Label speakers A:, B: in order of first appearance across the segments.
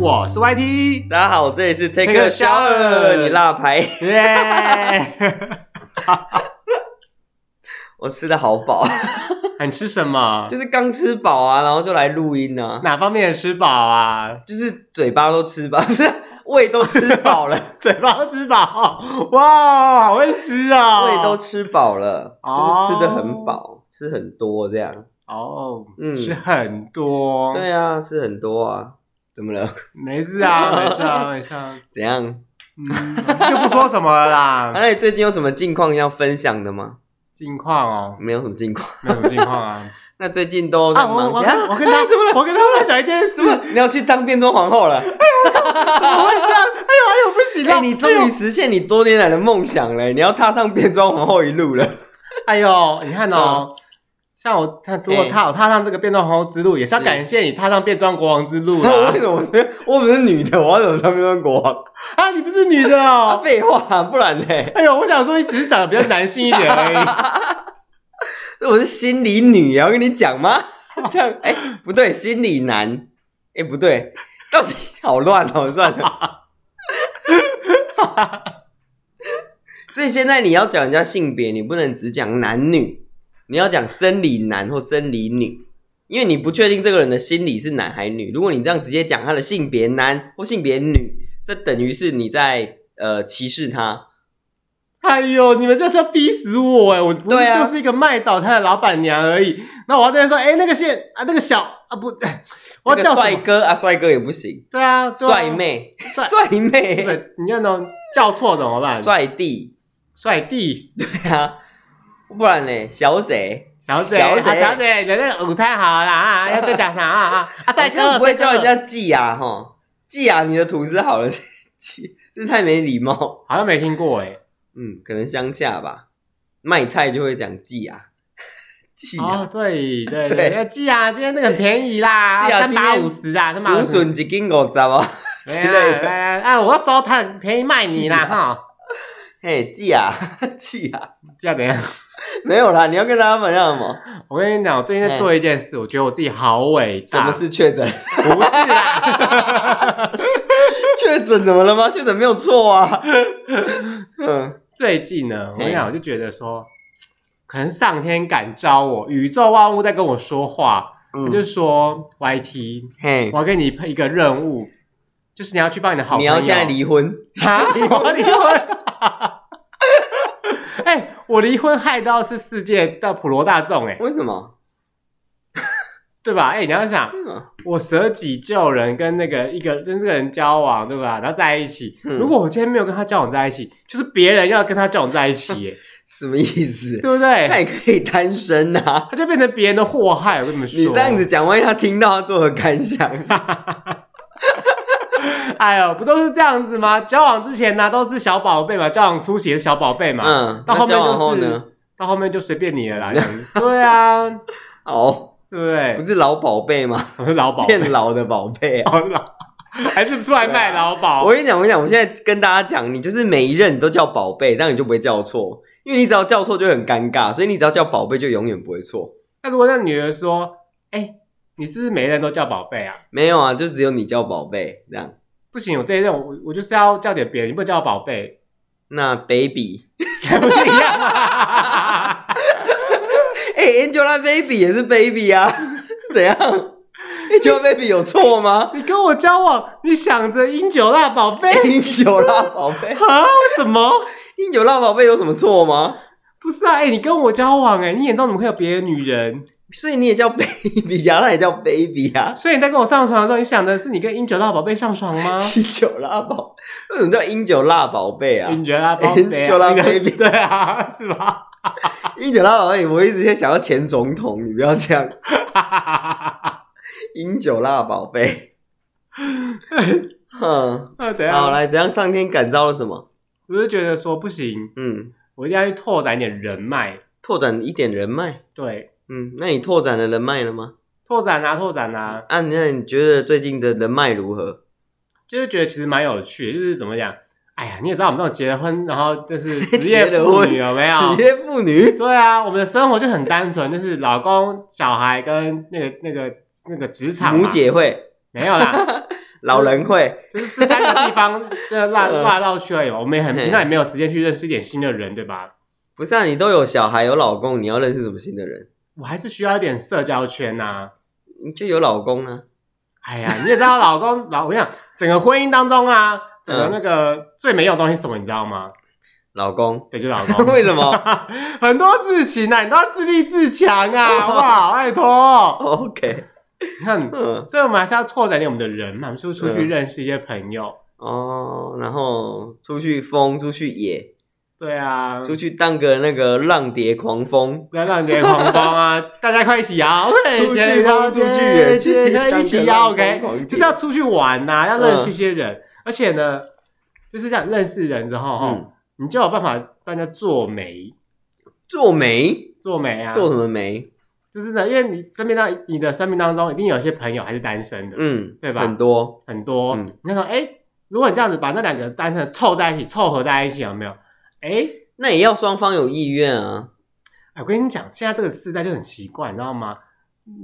A: 我是 YT，
B: 大家好，这里是 Take
A: Take a
B: a Shower，
A: shower
B: 你辣牌，
A: 耶！
B: 我吃的好饱，
A: 你吃什么？
B: 就是刚吃饱啊，然后就来录音啊，
A: 哪方面的吃饱啊？
B: 就是嘴巴都吃饱，不 是胃都吃饱了，
A: 嘴巴都吃饱，哇，好会吃啊！
B: 胃都吃饱了，
A: 哦
B: 就是吃的很饱，吃很多这样。
A: 哦，
B: 嗯
A: 吃很多，，
B: 对啊，吃很多啊，怎么了？
A: 没事 啊，没事啊，没事啊，
B: 怎样？啊
A: 嗯，就不说什么了啦。
B: 那你最近有什么近况要分享的吗？
A: 近况哦，
B: 没有什么近况，
A: 没有近况啊。
B: 那最近都在
A: 啊，我
B: 忙
A: 我
B: 些啊
A: 跟我跟他怎么了？我跟他分享一件事，
B: 是不是你要去当变装皇后了？
A: 哎呦不行
B: 哎、
A: 了，
B: 你终于实现你多年来的梦想了，你要踏上变装皇后一路了。
A: 哎呦，你看哦，像我他如果
B: 哎
A: 踏踏上这个变装皇后之路，也是要
B: 是
A: 感谢你踏上变装国王之路
B: 我
A: 啦
B: 为。什么是？我不是女的，我要怎么当变装国王？
A: 啊，你不是女的
B: 啊，
A: 哦。
B: 废话，不然嘞，
A: 哎呦，我想说你只是长得比较男性一点 而已。
B: 我是心理女啊，我跟你讲吗？
A: 哦
B: 这样，哎、不对，心理男，哎、不对，到底好乱哦，算了。 所以现在你要讲人家性别，你不能只讲男女，你要讲生理男或生理女，因为你不确定这个人的心理是男还女。如果你这样直接讲他的性别男或性别女，这等于是你在呃歧视他。
A: 哎呦，你们这是要逼死我哎！我不
B: 对啊
A: 就是一个卖早餐的老板娘而已。那我要在那边说，哎，那个线啊，那个小啊不，
B: 那
A: 我要
B: 个
A: 叫什
B: 帅
A: 么？
B: 哥啊，帅哥也不行，
A: 对啊，对啊
B: 帅。妹，
A: 帅
B: 帅妹，
A: 对，你看呢，叫错怎么办？
B: 帅弟，
A: 帅弟。
B: 对啊，不然呢，小姐，
A: 小姐，
B: 小
A: 啊
B: 姐
A: 小姐，你的那个午餐好了 啊，要不要讲啥啊啊？啊，帅
B: 好像
A: 哥，
B: 不会
A: 帅
B: 叫
A: 哥
B: 人家季雅哈，季雅你的 吐司好了，季，这太没礼貌。
A: 好像没听过哎。
B: 嗯，可能乡下吧，卖菜就会讲季雅， 季
A: 哦
B: 雅，，
A: 对对
B: 啊对
A: 对，那记啊，今天那个很便宜啦，
B: 记啊
A: 三
B: 今
A: 八
B: 天
A: 五十啊，三八
B: 竹
A: 五十
B: 笋一斤五十哦，
A: 对
B: 之类
A: 啊，
B: 的
A: 来来啊，我要收它很便宜卖你啦
B: 记啊
A: 哈。
B: 嘿，季雅， 季雅，
A: 这样等一下，
B: 没有啦，你要跟大家分享什么？
A: 我跟你讲，我最近在做一件事，我觉得我自己好伟大。
B: 什么？是确诊？
A: 不是啊啦，
B: 确诊怎么了吗？确诊没有错啊。 嗯，
A: 最近呢，我跟你讲，
B: 嘿
A: 我就觉得说，可能上天感召我，宇宙万物在跟我说话，
B: 嗯
A: 我就说 YT，
B: 嘿
A: 我，要给你一个任务，就是你要去帮你的好朋
B: 你
A: 友。
B: 要现在 离婚？
A: 啊！我离婚。 哎、我离婚害到是世界的普罗大众，哎，
B: 为什么？
A: 对吧？哎、你要想，
B: 为什么？
A: 我舍己救人，跟那个一个跟这个人交往，对吧？然后在一起。
B: 嗯
A: 如果我今天没有跟他交往在一起，就是别人要跟他交往在一
B: 嗯
A: 起，哎，
B: 什么意思？
A: 对不
B: 他
A: 对？
B: 也可以单身呐、啊。
A: 他就变成别人的祸害。我跟你们说，
B: 你这样子，讲，万一他听到，他作何感 想？
A: 哎呦，不都是这样子吗？交往之前呢、都是小宝贝嘛，交往初期也是小宝贝嘛，
B: 嗯，
A: 到后面
B: 那交往
A: 就是
B: 后呢？
A: 到后面就随便 你了啦。这样子对啊，对
B: 哦，
A: 不对
B: 不？是老宝贝吗？
A: 什么是老宝贝？
B: 变老的宝贝啊！
A: 好老，还是出来卖劳保？
B: 我跟你讲，我跟你讲，我现在跟大家讲，你就是每一任你都叫宝贝，这样你就不会叫错，因为你只要叫错就很尴尬，所以你只要叫宝贝就永远不会错。
A: 那如果那女儿说：“哎、你是不是每个人都叫宝贝啊
B: 没有啊，就只有你叫宝贝这样。？”
A: 不行，我这一任我我就是要叫点别人，你不能叫我宝贝，
B: 那 baby，
A: 不是一 样吗？
B: 哎、a n g e l a baby 也是 baby 啊， 怎样？Angelababy 有错吗
A: 你跟我交往，你想着英九辣宝贝
B: ？Angelababy 宝贝
A: 啊？为什么？
B: ，Angelababy 宝贝有什么错吗？
A: 不是啊，哎、你跟我交往、哎，你眼中怎么会有别的女人？
B: 所以你也叫 baby 呀、啊，那也叫 baby 呀、啊。
A: 所以你在跟我上床的时候，你想的是你跟英九辣宝贝上床吗？
B: 英九辣宝，为什么叫英九辣宝贝啊？
A: 英九辣宝贝、啊，
B: 英九辣
A: 那个
B: baby
A: 对啊，是吧？
B: 英九辣宝贝，我一直在想要前总统，你不要这样。英九辣宝贝，嗯，
A: 那啊怎
B: 好
A: 样？
B: 来，怎样？上天感召了什么？
A: 我就觉得说不行，
B: 嗯，
A: 我一定要去拓展一点人脉。
B: 拓展一点人脉。
A: 对，
B: 嗯，那你拓展了人脉了吗？
A: 拓展啊，拓展啊，
B: 啊，那你觉得最近的人脉如何？
A: 就是觉得其实蛮有趣的，就是怎么讲？哎呀，你也知道我们这种结了婚，然后就是 职业
B: 结了
A: 妇
B: 婚
A: 女有没有？
B: 职业妇女，
A: 对啊，我们的生活就很单纯，就是老公、小孩跟那个、那个、那个职场嘛
B: 母姐会，
A: 没有啦，
B: 老人会，
A: 就是这三个地方这绕
B: 嗯
A: 绕绕去而已嘛。我们也 很
B: 嘿
A: 平常也没有时间去认识一点新的人，对吧？
B: 不是啊？你都有小孩有老公，你要认识什么新的人？
A: 我还是需要一点社交圈呐、啊。
B: 你就有老公啊，
A: 哎呀，你也知道，老公老我跟你讲，整个婚姻当中啊，整
B: 嗯
A: 个那个最没用的东西是什么，你知道吗？
B: 老公
A: 对，就是老公。
B: 为什么
A: 很多事情啊，你都要自立自强啊，好不好？拜托，
B: 哦？OK，
A: 你看，
B: 嗯，
A: 所以我们还是要拓展点我们的人嘛，就是出去
B: 嗯
A: 认识一些朋友。
B: 哦，然后出去疯，出去野，
A: 对啊，
B: 出去当个那个浪蝶狂风，
A: 不要让别人狂风啊！大家快一起摇，
B: 出去疯，出去野，去
A: 大家一起摇，OK，就是要
B: 道
A: 出去玩呐、要认识一些人，而且呢，就是这样认识人之后，哈、
B: 嗯
A: 你就有办法帮人家做媒，
B: 做媒，
A: 做媒啊，
B: 做什么媒？
A: 就是呢，因为你身边当你的生命当中，一定有一些朋友还是单身的，
B: 嗯，
A: 对吧
B: 很多，
A: 很多。
B: 嗯
A: 你看说，哎，如果你这样子把那两个单身的凑在一起，凑合在一起，有没有？哎，
B: 那也要双方有意愿啊。
A: 哎我跟你讲，现在这个时代就很奇怪，你知道吗？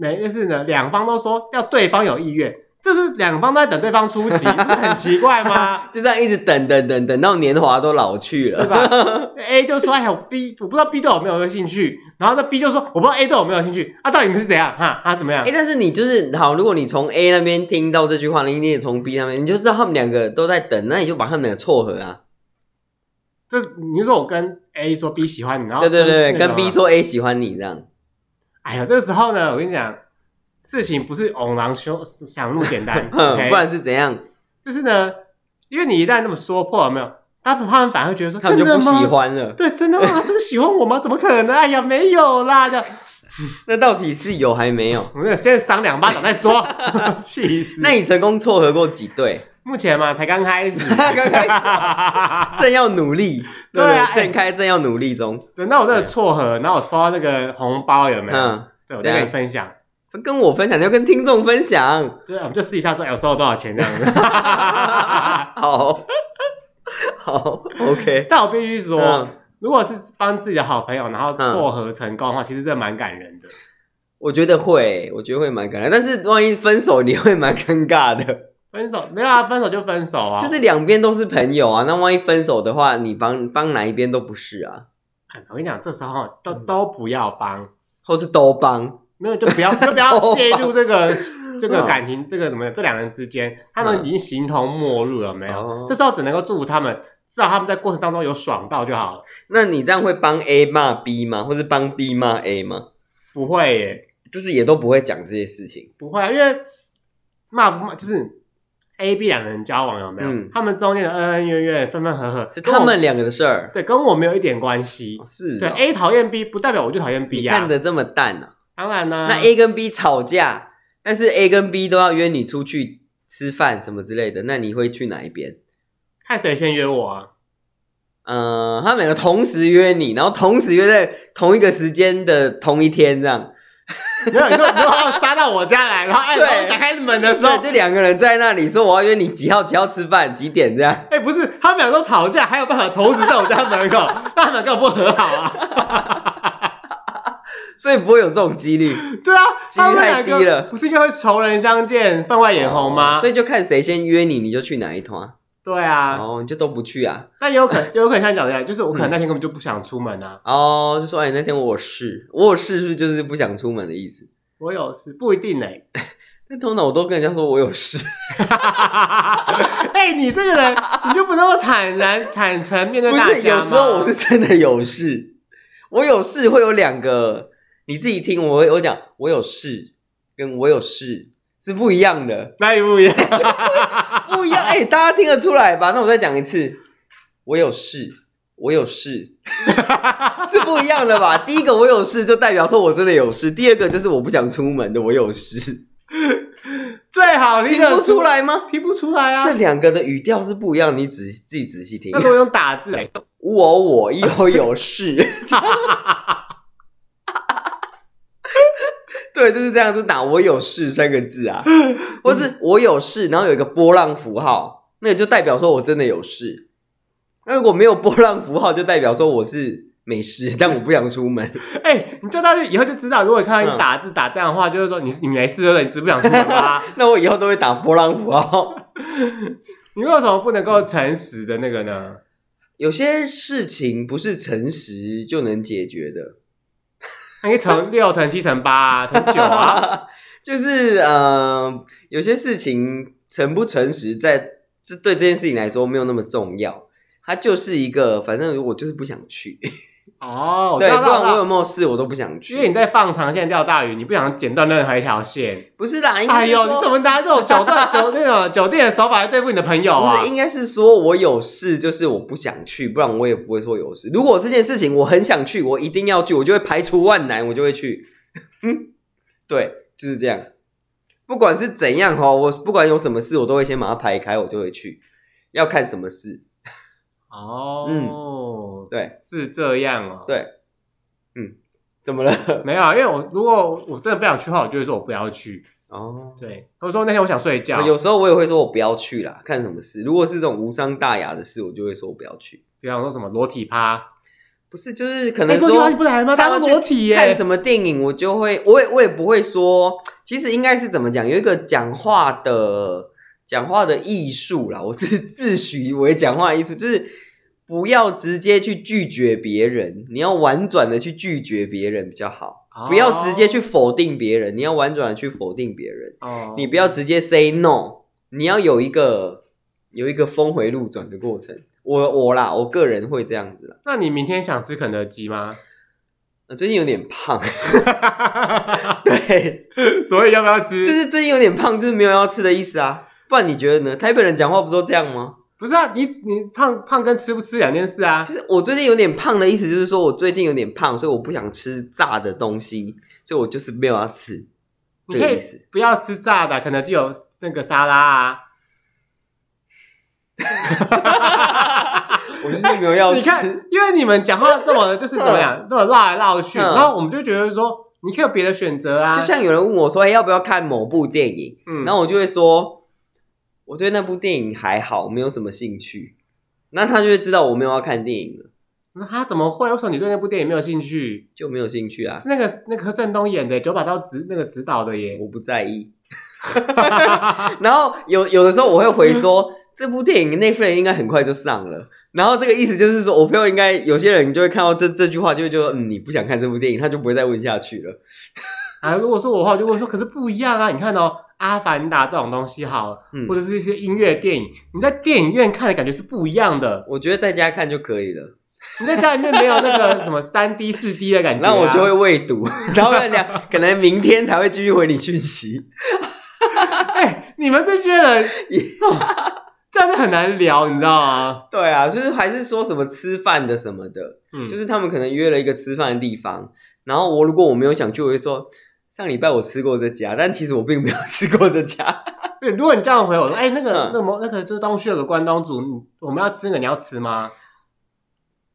A: 每就是呢，两方都说要对方有意愿，就是两方都在等对方 出击，不是很奇怪吗？
B: 就这样一直等等等等到年华都老去
A: 对
B: 了，
A: 吧？A 就说：“哎呀我，B 我不知道 B 对我有没有兴趣。”然后那 B 就说：“我不知道 A 对我有没有兴趣。”啊，到底你们是怎样？哈，啊，怎么样
B: 哎、？但是你就是好，如果你从 A 那边听到这句话，你你也从 B 那边，你就知道他们两个都在等，那你就把他们两个撮合啊。
A: 这是你就说我跟 A 说 B 喜欢你，然后
B: 对对对，
A: 那个
B: 跟 B 说 A 喜欢你这样，
A: 哎呀，这个时候呢，我跟你讲，事情不是偶然修想那么 简单
B: 哼嗯
A: ，OK？
B: 不然是怎样？
A: 就是呢，因为你一旦那么说破，有没有？他们他们反而会觉得说，
B: 他们就
A: 真的
B: 不喜
A: 吗？
B: 欢了。
A: 对，真的吗？真的喜欢我吗？怎么可能？哎呀，没有啦的。
B: 那到底是有还没有？
A: 我们先赏两巴掌 再说，气死！
B: 那你成功撮合过几对？
A: 目前嘛，才 刚开始，
B: 刚开始 正要努力，对不
A: 对啊
B: 对？
A: 哎
B: 正开正要努力中，
A: 等到我这个撮合，然后我收到那个红包有没有？
B: 嗯，
A: 对，啊我再跟
B: 对
A: 你分享。
B: 跟我分享，你要跟听众分享。
A: 对，我们就试一下说，哎，我收到多少钱这样 子。
B: 好，好，OK，
A: 但我必须说，
B: 嗯
A: 如果是帮自己的好朋友，然后撮合成功的话，其实这蛮感人的。
B: 我觉得会，我觉得会蛮尴尬。但是万一分手，你会蛮尴尬的，
A: 分手没有啊，分手就分手啊，
B: 就是两边都是朋友啊。那万一分手的话，你帮帮哪一边都不是啊，
A: 哎我跟你讲，这时候都
B: 嗯
A: 都不要帮，
B: 或是都帮。
A: 没有就 不要就不要
B: 哦
A: 介入这个这个感情，这个怎么样这两人之间，他们
B: 嗯
A: 已经形同陌路了，没有
B: 哦？
A: 这时候只能够祝福他们，至少他们在过程当中有爽到就好了。
B: 那你这样会帮 A 骂 B 吗？或是帮 B 骂 A 吗？
A: 不会耶，
B: 就是也都不会讲这些事情。
A: 不会啊，因为骂不骂就是 A、B 两人交往有没有？
B: 嗯
A: 他们中间的恩恩怨怨、分分合合，
B: 是
A: 跟我
B: 他们两个的事儿。
A: 对跟我没有一点关系。
B: 哦是
A: 对
B: 哦
A: A 讨厌 B，不代表我就讨厌
B: 你
A: B 啊
B: 看。的这么淡啊？
A: 当然啦、
B: 那 A 跟 B 吵架，但是 A 跟 B 都要约你出去吃饭什么之类的，那你会去哪一边？
A: 看谁先约我啊？
B: 呃，他们两个同时约你，然后同时约在同一个时间的同一天，这样，
A: 没有，你说你说 他们杀到我家来，然后哎，
B: 对
A: 然后打开门的时候
B: 对，，就两个人在那里说我要约你几号几号吃饭几点这样，
A: 哎，不是，他们两个都吵架，还有办法同时在我家门口， 那他们两个不和好啊？
B: 所以不会有这种几率，
A: 对啊，
B: 几率
A: 他们
B: 太
A: 两
B: 低了哦
A: 个不是应该会仇人相见，分外眼红吗
B: 所？以就看谁先约你，你就去哪一团，
A: 对啊，
B: 哦，嗯你就都不去啊，
A: 但也有可能，也有可能像你讲的一样，就是我可能那天根本就不想出门啊，
B: 哦，就说哎那天我有事，我有事是不是就是不想出门的意思？
A: 我有事不一定哎、
B: 但通常我都跟人家说我有 事，
A: 哎、你这个人， 你就不能够坦然、坦诚面对
B: 不
A: 大家
B: 是，有
A: 吗
B: 时候我是真的有事，我有事会有两个，你自己听我会我讲，我有事跟我有事是不一样的，
A: 那也不一样。
B: 不一样，哎、大家听得出来吧？那我再讲一次，我有事，我有事 是不一样的吧？第一个我有事就代表说我真的有事，第二个就是我不想出门的我有事，
A: 最好听
B: 听
A: 得
B: 不出，来吗？
A: 听不出来啊
B: 这。两个的语调是不一样，你仔细自己仔细听
A: 那。如果用打字，
B: 我我一有有 事，对，就是这样，就打“我有事”三个字啊，或是“我有事”，然后有一个波浪符号，那个就代表说我真的有事。那如果没有波浪符号，就代表说我是没 事，但我不想出门。
A: 哎、你叫他去以后就知道，如果看
B: 嗯
A: 到啊你打字打这样的话，就是说你你没事对不对？你只不想出门吧？
B: 那我以后都会打波浪符号。
A: 你为什么不能够诚实的那个呢？
B: 有些事情不是诚实就能解决的。
A: 那 你乘六、乘七、乘八、啊、乘九啊，
B: 就是呃，有些事情诚不诚实，在这对这件事情来说没有那么重要。它就是一个，反正我就是不想去，
A: 哦，我知
B: 对，
A: 道
B: 不管我有
A: 知道
B: 没有事，我都不想去。
A: 因为你在放长线钓大鱼，你不想剪断任何一条线。
B: 不是啦，应该
A: 哎
B: 是
A: 呦，你
B: 说，
A: 怎么拿这种酒店酒那种酒店的手法来对付你的朋友
B: 不
A: 啊
B: 是，？应该是说我有事，就是我不想去，不然我也不会说有事。如果这件事情我很想去，我一定要去，我就会排除万难，我就会去。嗯，对，就是这样。不管是怎样哈，我不管有什么事，我都会先把它排开，我就会去。要看什么事，嗯
A: 哦，
B: 对
A: 是这样哦。
B: 对，嗯，怎么了？
A: 没有啊，因为我如果我真的不想去的话，我就会说我不要去。
B: 哦，
A: 对，我说那天我想睡觉，
B: 有时候我也会说我不要去啦，看什么事。如果是这种无伤大雅的事，我就会说我不要去。
A: 比方说什么裸体趴，
B: 不是，就是可
A: 哎，
B: 能
A: 昨
B: 说、
A: 天晚上你不来吗？大家都裸体耶，
B: 看什么电影，我就会，我也我也不会说，其实应该是怎么讲，有一个讲话的讲话的艺术啦，我自自诩为讲话艺术，就是不要直接去拒绝别人，你要婉转的去拒绝别人比较好，
A: 哦
B: 不要直接去否定别人，你要婉转的去否定别人，
A: 哦，
B: 你不要直接 say no，你要有一个有一个峰回路转的过程。我我啦，我个人会这样子啦。
A: 那你明天想吃肯德基吗？
B: 呃最近有点胖， 对，
A: 所以要不要吃？
B: 就是最近有点胖，就是没有要吃的意思啊。不然你觉得呢？台北人讲话不都这样吗？
A: 不是啊，你你胖胖跟吃不吃两件事啊
B: 就。是我最近有点胖的意思，就是说我最近有点胖，所以我不想吃炸的东西，所以我就是没有要吃
A: 你
B: 这
A: 可
B: 个
A: 以
B: 意思。
A: 不要吃炸的，肯德基有那个沙拉 啊。
B: 我就是没有要
A: 你
B: 吃，
A: 看，因为你们讲话这么就是怎么样，这么绕来绕去，
B: 嗯
A: 然后我们就觉得说，你可以有别的选择啊。
B: 就像有人问我说：“哎、要不要看某部电影？”
A: 嗯，
B: 然后我就会说，我对那部电影还好，没有什么兴趣。那他就会知道我没有要看电影了，
A: 那他怎么会？为什么你对那部电影没有兴趣？
B: 就没有兴趣啊。
A: 是那个那个柯震东演的九把刀指那个指导的耶。
B: 我不在意。 然后有有的时候我会回说，这部电影 Netflix 应该很快就上了。然后这个意思就是说，我朋友应该有些人就会看到这这句话，就会觉得嗯，你不想看这部电影，他就不会再问下去了。
A: 啊，如果是我的话，我就会说，可是不一样啊！你看哦，《阿凡达》这种东西好了，
B: 嗯
A: 或者是一些音乐电影，你在电影院看的感觉是不一样的。
B: 我觉得在家看就可以了。
A: 你在家里面没有 那个什么三 D、四 D 的感觉、啊，
B: 然后我就会未读， 然后两可能明天才会继续回你讯息。
A: 哎、你们这些人，哦、这样子很难聊，你知道吗？
B: 对啊，就是还是说什么吃饭的什么的，
A: 嗯，
B: 就是他们可能约了一个吃饭的地方，然后我如果我没有想去，我会说上礼拜我吃过这家，但其实我并没有 吃过这家。
A: 对如果你这样回我说，哎、那个、
B: 嗯
A: 那么那个，就是东区有个关东煮，你我们要吃那个，你要吃吗？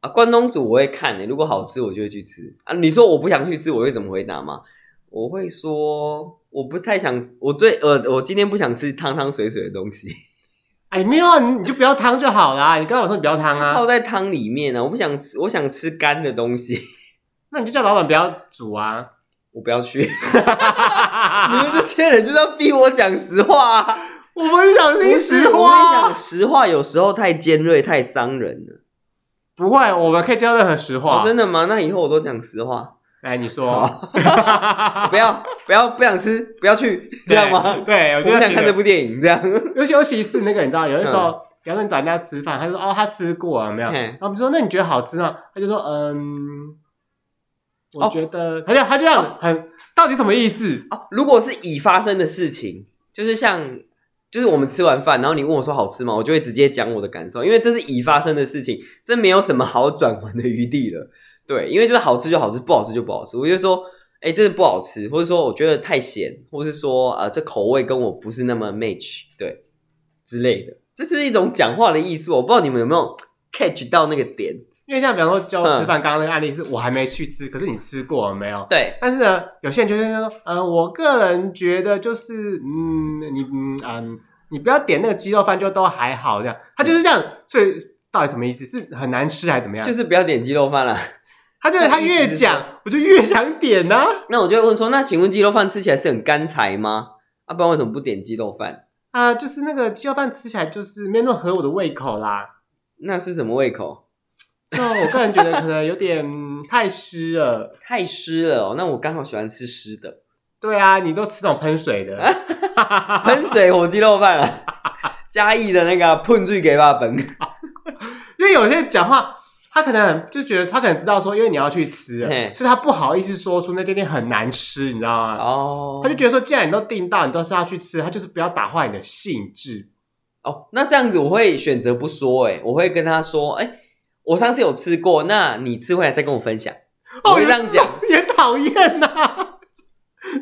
B: 啊，关东煮我会看诶、欸如果好吃我就会去吃啊。你说我不想去吃，我会怎么回答吗？我会说我不太想，我最呃，我今天不想吃汤汤水水的东西，
A: 哎、没有啊，你你就不要汤就好啦。你刚才我说你不要汤
B: 泡
A: 啊，
B: 在汤里面呢、啊。我不想吃，我想吃干的东西，
A: 那你就叫老板不要煮啊。
B: 我不要去。 你们这些人就是要逼我讲实话、啊，
A: 我们想听实
B: 不是我跟你
A: 话
B: 讲，，实话有时候太尖锐、太伤人了。
A: 不会，我们可以接受任何实话。
B: 哦，真的吗？那以后我都讲实话。
A: 来，你说，
B: 好， 不要不要不想吃，不要去，这样吗？
A: 对对，我
B: 我
A: 觉
B: 不
A: 得
B: 想看
A: 挺
B: 这部电影，这样。
A: 尤其尤其是那个，你知道，有的时候，比方说你找人家吃饭，他就说哦，他吃过了没有？
B: 嘿
A: 然后我们说那你觉得好吃吗？他就说嗯，我觉得，他就他就这样子很，到底什么意思？
B: 哦，如果是已发生的事情，就是像，就是我们吃完饭，然后你问我说好吃吗，我就会直接讲我的感受，因为这是已发生的事情，这没有什么好转弯的余地了。对，因为就是好吃就好吃，不好吃就不好吃。我就说，哎、这是不好吃，或者说我觉得太咸，或是说呃，这口味跟我不是那么 match，对之类的。这就是一种讲话的艺术，我不知道你们有没有 catch 到那个点。
A: 因为像比方说教
B: 嗯
A: 吃饭，刚刚那个案例是我还没去吃，可是你吃过了没有？
B: 对，
A: 但是呢，有些人就是说，嗯、我个人觉得就是，嗯，你嗯嗯，你不要点那个鸡肉饭，就都还好这样。他就是这样，所以到底什么意思？是很难吃还是怎么样？
B: 就是不要点鸡肉饭啦。
A: 他就是他越讲，我就越想点呐、
B: 啊那我就会问说，那请问鸡肉饭吃起来是很干柴吗？啊，不然为什么不点鸡肉饭？
A: 啊、就是那个鸡肉饭吃起来就是没有那么合我的胃口啦。
B: 那是什么胃口？
A: 那我个人觉得可能有点嗯太湿了。
B: 太湿了哦。那我刚好喜欢吃湿 的，
A: 对啊，你都吃那种喷水的，
B: 喷水火鸡肉饭啊，嘉义的那个啊喷水给爸本。
A: 因为有些人讲话，他可能很就觉得他可能知道说，因为你要去吃了
B: 嘿，
A: 所以他不好意思说出那间店很难吃，你知道吗？
B: 哦，
A: 他就觉得说，既然你都订到，你都是要去吃，他就是不要打坏你的兴致。
B: 哦，那这样子我会选择不说、欸，我会跟他说，哎、我上次有吃过，那你吃回来再跟我分享。我
A: 哦，
B: 会
A: 你
B: 这样讲，
A: 也讨厌呐。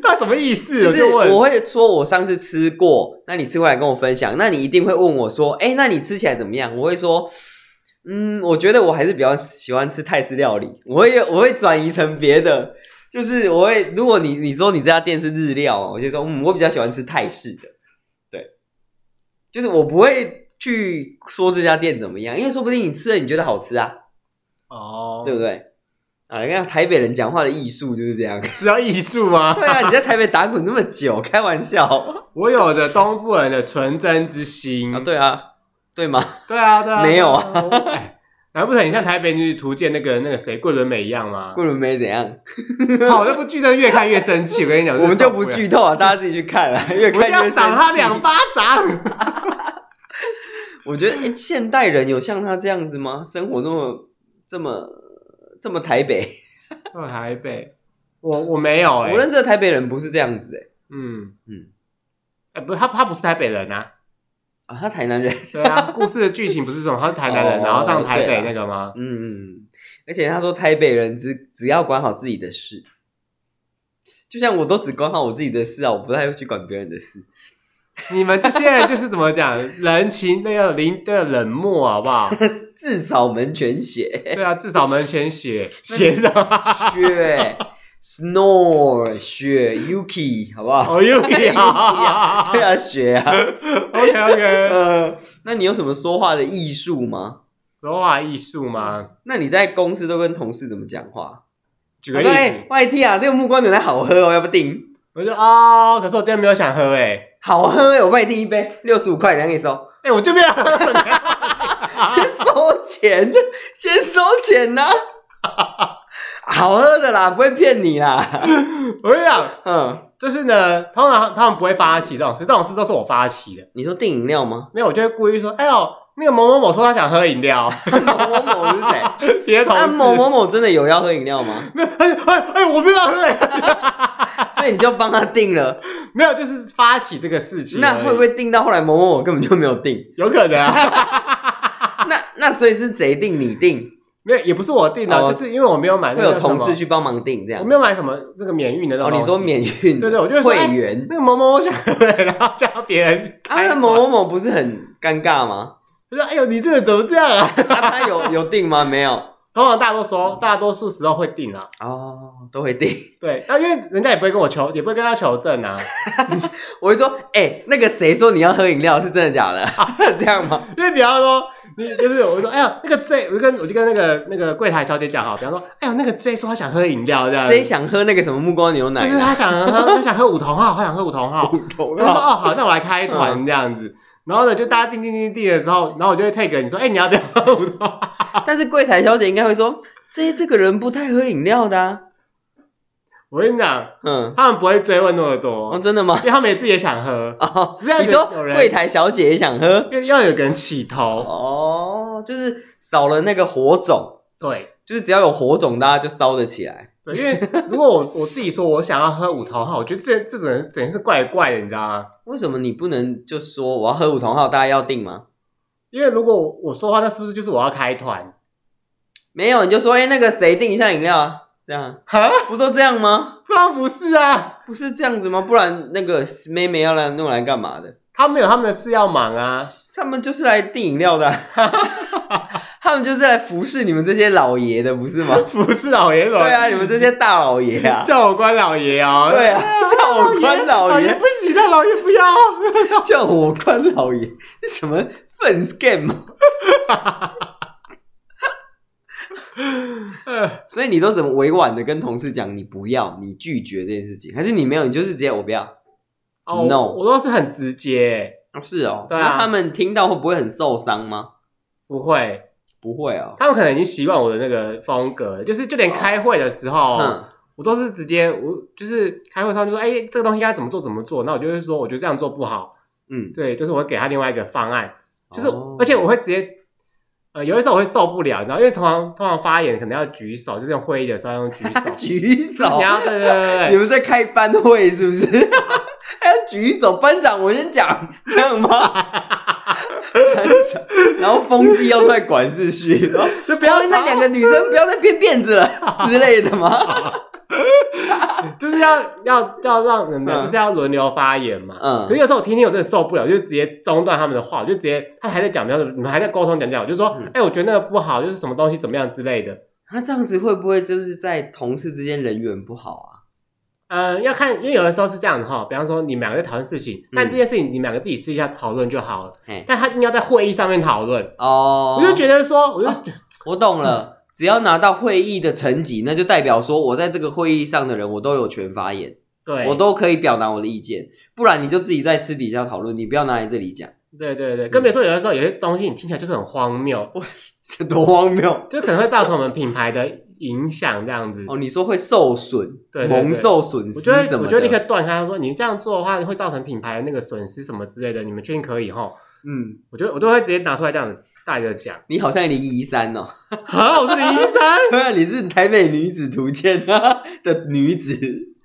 A: 那什么意 思？
B: 就是
A: 我就问
B: 我会说我上次吃过，那你吃回来跟我分享，那你一定会问我说，哎、那你吃起来怎么样？我会说，嗯，我觉得我还是比较喜欢吃泰式料理，我会我会转移成别的，就是我会，如果你你说你这家店是日料，我就说，嗯，我比较喜欢吃泰式的，对，就是我不会去说这家店怎么样，因为说不定你吃了你觉得好吃啊，
A: 哦，
B: 对不对？啊，你看台北人讲话的艺术就是这样。
A: 只要艺术吗？
B: 对啊，你在台北打滚那么久，开玩笑啊？
A: 我有着东部人的纯真之心。
B: 对啊，对吗？
A: 对嗯啊，对啊，
B: 没有啊
A: 对啊。哎难不成你像台北女图鉴那个那个谁桂纶镁一样吗？
B: 桂纶镁怎样？
A: 好，那部剧真的越看越生气。我跟你讲，
B: 我们
A: 真的
B: 就
A: 受
B: 不
A: 了
B: 剧透啊，大家自己去看啊。 越
A: 我
B: 看
A: 一定要
B: 越
A: 赏他
B: 生
A: 两
B: 气。
A: 巴掌。
B: 我觉得、诶现代人有像他这样子吗？生活那么这么这么台北，
A: 我哦台北，我我没有哎、
B: 我认识的台北人不是这样子哎、
A: 嗯嗯
B: 嗯，
A: 哎、不是他他不是台北人啊，
B: 啊，他台南 人，
A: 对啊，故事的剧情不是什么他是台南人，
B: 哦
A: 然后上台
B: 对
A: 北
B: 啦
A: 那个吗？
B: 嗯，而且他说台北人只只要管好自己的事，就像我都只管好我自己的事啊，我不太会去管别人的事。
A: 你们这些人就是怎么讲，人情那个零的冷漠好不 好？
B: 至少门全血。
A: 对啊，至少门前写写什么？
B: 雪 Snore 雪 Yuki 好不好？
A: 哦，又
B: Yuki 啊
A: 啊
B: 对啊，雪 啊。
A: ，OK OK，
B: 呃，那你有什么说话的艺术吗？
A: 说话艺术吗？
B: 那你在公司都跟同事怎么讲话？
A: 举
B: 我
A: 个例
B: 说哎
A: 子，，
B: 外 T 啊，这个木瓜牛奶好喝哦，要不要订？
A: 我说哦，可是我今天没有想喝哎，
B: 好喝欸，我帮你订一杯，六十五块，等一下给你收，
A: 哎，我就没有 喝，啊
B: 先收钱， 先收钱 呐、好喝的啦，不会骗你啦。
A: 我跟你讲，
B: 嗯，
A: 就是呢，通常他们不会发起这种事，这种事都是我发起的。
B: 你说订饮料 吗？
A: 没有，我就会故意说，哎呦，那个某某某说他想喝饮料，
B: 某某某是谁？
A: 别的同
B: 那
A: 事，
B: 啊某某某真的有要喝饮料 吗？
A: 没有，哎哎哎，我没有喝，哎
B: 所以你就帮他订了。
A: 没有，就是发起这个事情而已，
B: 那会不会订到后来某某某根本就没有订？
A: 有可能啊？
B: 那那所以是谁订？你订？
A: 没有，也不是我定的，
B: 哦
A: 就是因为我没有买那
B: 会
A: 个
B: 有同
A: 什么
B: 事，去帮忙订这样
A: 我？没有买什么那个免运的那
B: 哦，
A: 种。
B: 你说。免运？
A: 对对我就会说
B: 会
A: 哎
B: 员。
A: 那个某某我想喝，然后叫别人
B: 啊，
A: 开
B: 那
A: 门
B: 某某某不是很尴尬吗？
A: 我说：“哎呦，你这个人怎么这样啊
B: 啊，他有有订吗？没有。？”
A: 通常大多数大多数时候会定啊，
B: 哦，都会订。
A: 对，那因为人家也不会跟我求，也不会跟他求证啊，
B: 我会说，哎、那个谁说你要喝饮料是真的假的？ 这样吗？
A: 因为比方说，你就是我就说，哎呀，那个 J，我就跟我就跟那个那个柜台小姐讲好，比方说，哎呀，那个 J 说他想喝饮料这样子，
B: 谁想喝那个什么木瓜牛奶
A: 就是
B: 啦？
A: 他想喝， 他想喝五同号，他想喝五同号，我就说哦好，那我来开
B: 嗯
A: 团这样子。然后呢，就大家订订订订的 时候，然后我就会 take 你说，哎、你要不要 喝五同号？
B: 哦但是柜台小姐应该会说，这这个人不太喝饮料的、啊。
A: 我跟你讲，
B: 嗯，
A: 他们不会追问那么
B: 哦，
A: 多，
B: 真的吗？
A: 因为他们也自己也想喝，
B: 哦，
A: 只要有
B: 你说
A: 有人
B: 柜台小姐也想喝
A: 因为要有个人起头。
B: 哦，就是少了那个火种，
A: 对
B: 就是只要有火种，大家就烧得起来。
A: 对，因为如果我我自己说我想要喝五同号，我觉得这这种人整是怪怪的，你知道吗？
B: 为什么你不能就说我要喝五同号，大家要订吗？
A: 因为如果我说话，那是不是就是我要开团？
B: 没有，你就说哎、那个谁订一下饮料啊？这样
A: 哈，
B: 不都这样吗？
A: 不然不是啊，
B: 不是这样子吗？不然那个妹妹要来弄来干嘛的？
A: 他们有他们的事要忙啊。
B: 他们就是来订饮料的啊、 他们就是来服侍你们这些老爷的，不是吗？
A: 不是老爷什么
B: 对啊，你们这些大老爷啊，
A: 叫我关老爷哦。
B: 对啊，叫我关老爷，
A: 不行了，老爷不要。
B: 叫我关老爷，这什么粪 scam 啊吗？
A: 呃
B: 所以你都怎么委婉的跟同事讲你不要，你拒绝这件事情，还是你没有，你就是直接我不要？
A: 哦
B: No
A: 我都是很直接，
B: 哦是哦，
A: 对啊
B: 那他们听到会不会很受伤吗？
A: 不会，
B: 不会哦，
A: 他们可能已经习惯我的那个风格了，就是就连开会的时候，
B: 嗯，
A: 我都是直接我就是开会，他们就说，哎、这个东西应该怎么做怎么做，那我就会说，我觉得这样做不好，
B: 嗯，
A: 对，就是我会给他另外一个方案，就是、
B: 哦
A: 而且我会直接，呃，有的时候我会受不了，然后因为通常通常发言可能要举手，就是用会议的时候要用举手，
B: 举手
A: 你，要对对对
B: 你
A: 对
B: 们在开班会是不是？ 还要举手，班长我先讲，这样吗？班长，然后风纪要出来管秩 序，然后
A: 对，就不
B: 不
A: 要啊
B: 要那两个女生不要再编辫 子了之类的吗？
A: 就是要要要让人们、
B: 嗯
A: 就是要轮流发言嘛。
B: 嗯
A: 可是有时候我听听我真的受不了，就直接中断他们的话，我就直接他还在讲，比方说你们还在沟通讲讲，我就说，哎、
B: 嗯
A: 我觉得那个不好，就是什么东西怎么样之类的。
B: 那这样子会不会就是在同事之间人缘不好啊
A: 呃，要看，因为有的时候是这样的哈，比方说你们两个在讨论事情，但
B: 嗯
A: 这件事情你们两个自己私底下讨论就好了
B: 啊？。嘿，
A: 但他硬要在会议上面讨论，
B: 哦，
A: 我就觉得说，我就、
B: 我懂了，只要拿到会议的成绩，那就代表说我在这个会议上的人，我都有权发言，
A: 对，
B: 我都可以表达我的意见。不然你就自己在私底下讨论，你不要拿来这里讲，
A: 对对对，更别说有的时候有些东西你听起来就是很荒谬，
B: 嗯这多荒谬！
A: 就可能会造成我们品牌的影响这样子。
B: 哦，你说会受损，
A: 对对对
B: 蒙受损
A: 我
B: 失
A: 觉得
B: 什么的？
A: 我觉得立刻断开，说你这样做的话会造成品牌的那个损失什么之类的，你们确定可以哈？
B: 嗯，
A: 我觉得我都会直接拿出来这样子大着讲。
B: 你好像零一三哦，
A: 啊，我是林医生，
B: 对啊，你是台北女子图鉴啊的女子，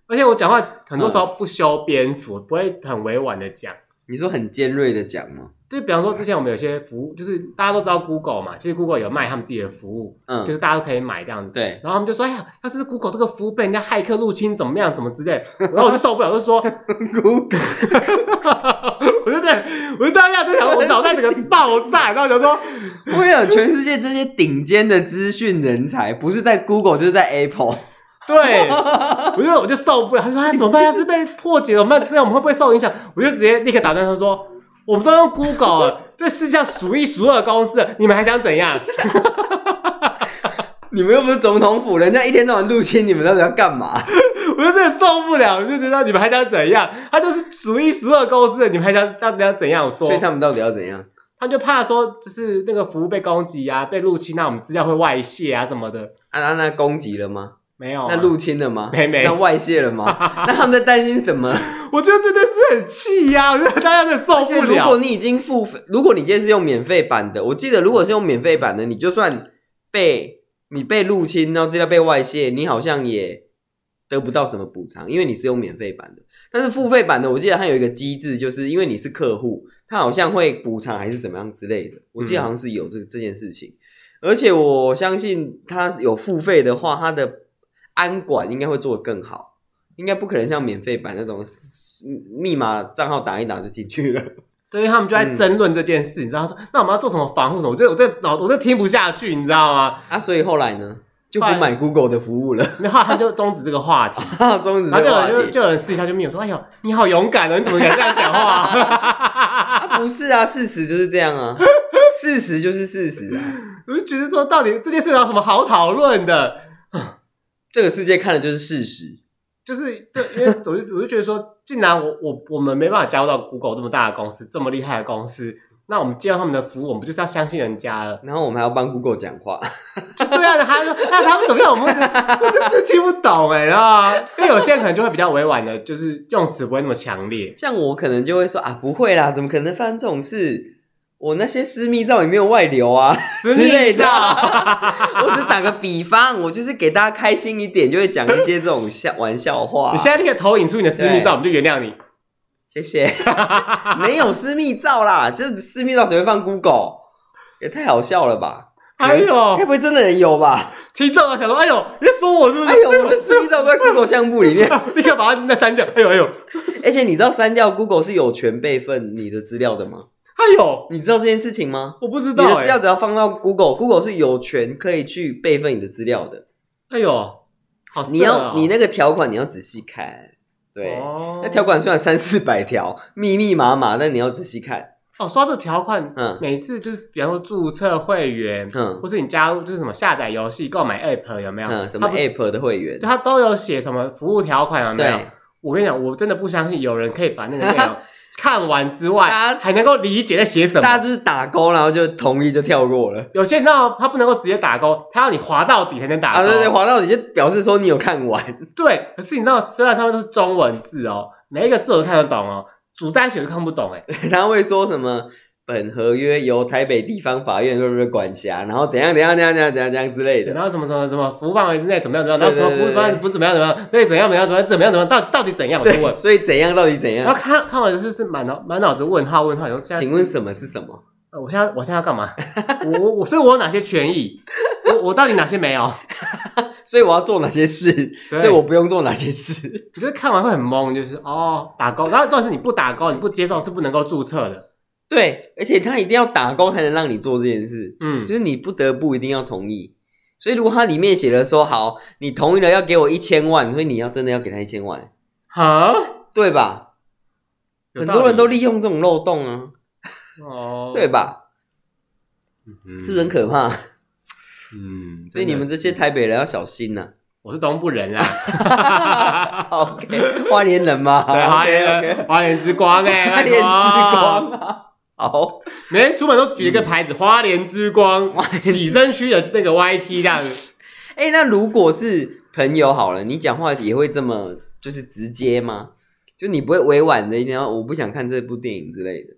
A: 而且我讲话很多时候不修边幅，不会很委婉的讲。
B: 你说很尖锐的讲吗？
A: 就比方说，之前我们有些服务，就是大家都知道 Google 嘛，其实 Google 有卖他们自己的服务，就
B: 嗯，
A: 是大家都可以买这样子。
B: 对，
A: 然后他们就说：“哎呀，要是 Google 这个服务被人家骇客入侵，怎么样，怎么之类。”然后我就受不了，就说：“ 我就在，我就当下就想说，我脑袋整个爆炸，然后想说，
B: 我有全世界这些顶尖的资讯人才，不是在 Google 就是在 Apple。
A: 对，我就我就受不了。他说：“哎，怎么办？要是被破解怎么办？之类，我们会不会受影响？”我就直接立刻打断他说：“我们都用 Google，了这世界上数一数二的公司，你们还想怎样？”
B: 你们又不是总统府，人家一天到晚入侵你们，到底要干嘛？
A: 我就真的受不了，我就知道你们还想怎样？他就是数一数二的公司的，你们还想要想怎样？我说
B: 所以，他们到底要怎样？
A: 他就怕说就是那个服务被攻击啊，被入侵，那我们资料会外泄啊什么的。
B: 啊，那那攻击了吗？
A: 没有、啊，
B: 那入侵了吗？
A: 没没
B: 那外泄了吗？ 那他们在担心什么？
A: 我觉得真的是很气呀、我觉得大家真的受
B: 而且
A: 不
B: 如果
A: 了。
B: 你已经付费，如果你今天是用免费版的，我记得如果是用免费版的，你就算被你被入侵，然后资料被外泄，你好像也得不到什么补偿，因为你是用免费版的。但是付费版的，我记得它有一个机制，就是因为你是客户，它好像会补偿还是怎么样之类的。我记得好像是有这这件事情，而且我相信它有付费的话，它的安管应该会做得更好，应该不可能像免费版那种密码账号打一打就进去了。
A: 对，因为他们就在
B: 嗯
A: 争论这件事，你知道？他说那我们要做什么防护什么？我这我这脑我这听不下去，你知道吗？
B: 啊，所以后来呢，就不
A: 后来
B: 买 Google 的服务了， 啊
A: 然后他就终止这个话题，
B: 终止
A: 然
B: 这个
A: 后就有
B: 话
A: 人啊就
B: 题。
A: 就有人私底下就命我说：“哎呦，你好勇敢哦，你怎么敢这样讲话、啊？”
B: 啊，不是啊，事实就是这样啊，事实就是事实啊。
A: 我就觉得说，到底这件事有什么好讨论的？
B: 这个世界看的就是事实，
A: 就是对，因为我就我就觉得说，既然我我我们没办法加入到 Google 这么大的公司，这么厉害的公司，那我们接到他们的服务，我们就是要相信人家了。
B: 然后我们还要帮 Google 讲话，
A: 就对啊，他说那他们怎么样？我们我真的听不懂哎啊！因为有些人可能就会比较委婉的，就是用词不会那么强烈。
B: 像我可能就会说啊，不会啦，怎么可能发生这种事？我那些私密照也没有外流啊，之类的啊。 我只打个比方，我就是给大家开心一点，就会讲一些这种笑玩笑话。
A: 你现在立刻投影出你的私密照，我们就原谅你。
B: 谢谢。 没有私密照啦，这私密照谁会放 Google？也太好笑了吧！
A: 哎呦
B: 该，不会真的有 吧？
A: 听众啊想说，哎呦，你在说我是不是？
B: 哎呦，我的私密照都在 Google 相簿里面，
A: 立刻把它那删掉。哎呦哎呦
B: 而且你知道删掉 Google 是有权备份你的资料的吗？
A: 哎呦，
B: 你知道这件事情吗？
A: 我不知
B: 你
A: 道
B: 的资料
A: 哎。
B: 只要放到 Google，Google 是有权可以去备份你的资料的。
A: 哎呦，好色哦，
B: 你要你那个条款你要仔细看，对，
A: 哦
B: 那条款虽然三四百条，密密麻麻，但你要仔细看。
A: 哦，说到这个条款，
B: 嗯
A: 每次就是比方说注册会员，
B: 嗯
A: 或是你加入就是什么下载游戏、购买 App 有没有？
B: 嗯，什么
A: 它不
B: App 的会员
A: 对，？它都有写什么服务条款有没有
B: 对？嗯
A: 我跟你讲，我真的不相信有人可以把那个内容看完之外
B: 大，家
A: 还能够理解在写什
B: 大
A: 么。
B: 家就是打勾，然后就同意就跳过了。
A: 有些人知道他不能够直接打勾，他要你滑到底才能打勾。
B: 啊，对对，滑到底就表示说你有看完，
A: 对，可是你知道，虽然上面都是中文字哦，每一个字我都看得懂哦，组在一起我就看不懂哎。
B: 他会说什么？本合约由台北地方法院是不是管辖，然后怎样怎样怎样怎样怎样怎样之类的。
A: 然后什么什么什么服务范围之内怎么样怎么样，然后什么
B: 对对
A: 服务范围不怎么样怎么样，对怎样怎么样怎么样怎么样怎么样，到到底怎样我就问
B: 对，。所以怎样到底怎
A: 然后
B: 样？
A: 看看完就是满脑满脑子问号问号，然后现在
B: 请问什么是什么？
A: 呃我现在我现在要干嘛？我我我所以我有哪些权益？我我到底哪些没 有？
B: 所以我要做哪些事？
A: 对
B: 所以我不用做哪些事？
A: 我觉得看完会很懵，就是哦打勾，然后重点是你不打勾，你不接受是不能够注册的。
B: 对，而且他一定要打勾才能让你做这件事，
A: 嗯
B: 就，是你不得不一定要同意。所以如果他里面写了说好，你同意了要给我一千万，所以你要真的要给他一千万，
A: 好，
B: 对吧？
A: 有
B: 很
A: 道
B: 多人都利用这种漏洞啊，
A: 哦，
B: 对吧？
A: 嗯，
B: 是不是很可怕？
A: 嗯，
B: 所以你们这些
A: 真的是，
B: 台北人要小心啊 呐、。
A: 我是东部人啦
B: OK，花莲人嘛，
A: 对，花
B: OK，OK
A: 莲花莲之光哎、
B: 花
A: 拜托
B: 莲之光，啊，好，
A: 每天出门都举一个牌子“花莲之光
B: 花”，莲
A: 洗身区的那个 YT 这样子。
B: 哎、那如果是朋友好了，你讲话也会这么就是直接吗？就你不会委婉的一定要我不想看这部电影之类的，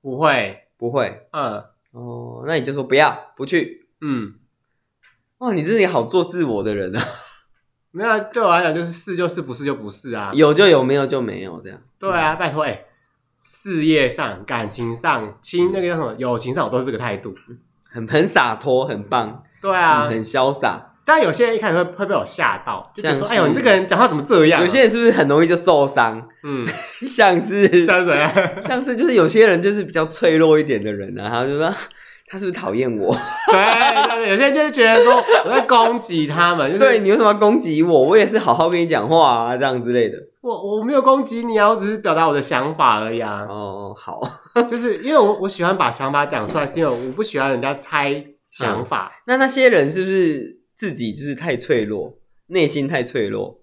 A: 不会，
B: 不会
A: 嗯
B: 哦？那你就说不要，不去。
A: 嗯，
B: 哇，你真的好做自我的人啊！
A: 没有啊，对我来讲就是是就是，不是就不是啊。
B: 有就有，没有就没有，这样
A: 对啊，拜托哎、事业上、感情上、
B: 嗯
A: 亲那个叫什么友情上，我都是这个态度。
B: 很很洒脱，很棒，
A: 对啊，
B: 嗯很潇洒。
A: 但有些人一开始会会被我吓到，就觉得说：“
B: 像是
A: 哎呦，你这个人讲话怎么这样啊、
B: 有些人是不是很容易就受伤？
A: 嗯，
B: 像是
A: 像谁？
B: 像是就是有些人就是比较脆弱一点的人啊，然后就说 他是不是讨厌我？
A: 对，对对有些人就是觉得说我在攻击他们，就是
B: 对你为什么要攻击我？我也是好好跟你讲话啊，这样之类的。
A: 我我没有攻击你啊，我只是表达我的想法而已啊。
B: 哦，好，
A: 就是因为我我喜欢把想法讲出来，是因为我不喜欢人家猜想法。
B: 那那些人是不是自己就是太脆弱，内心太脆弱？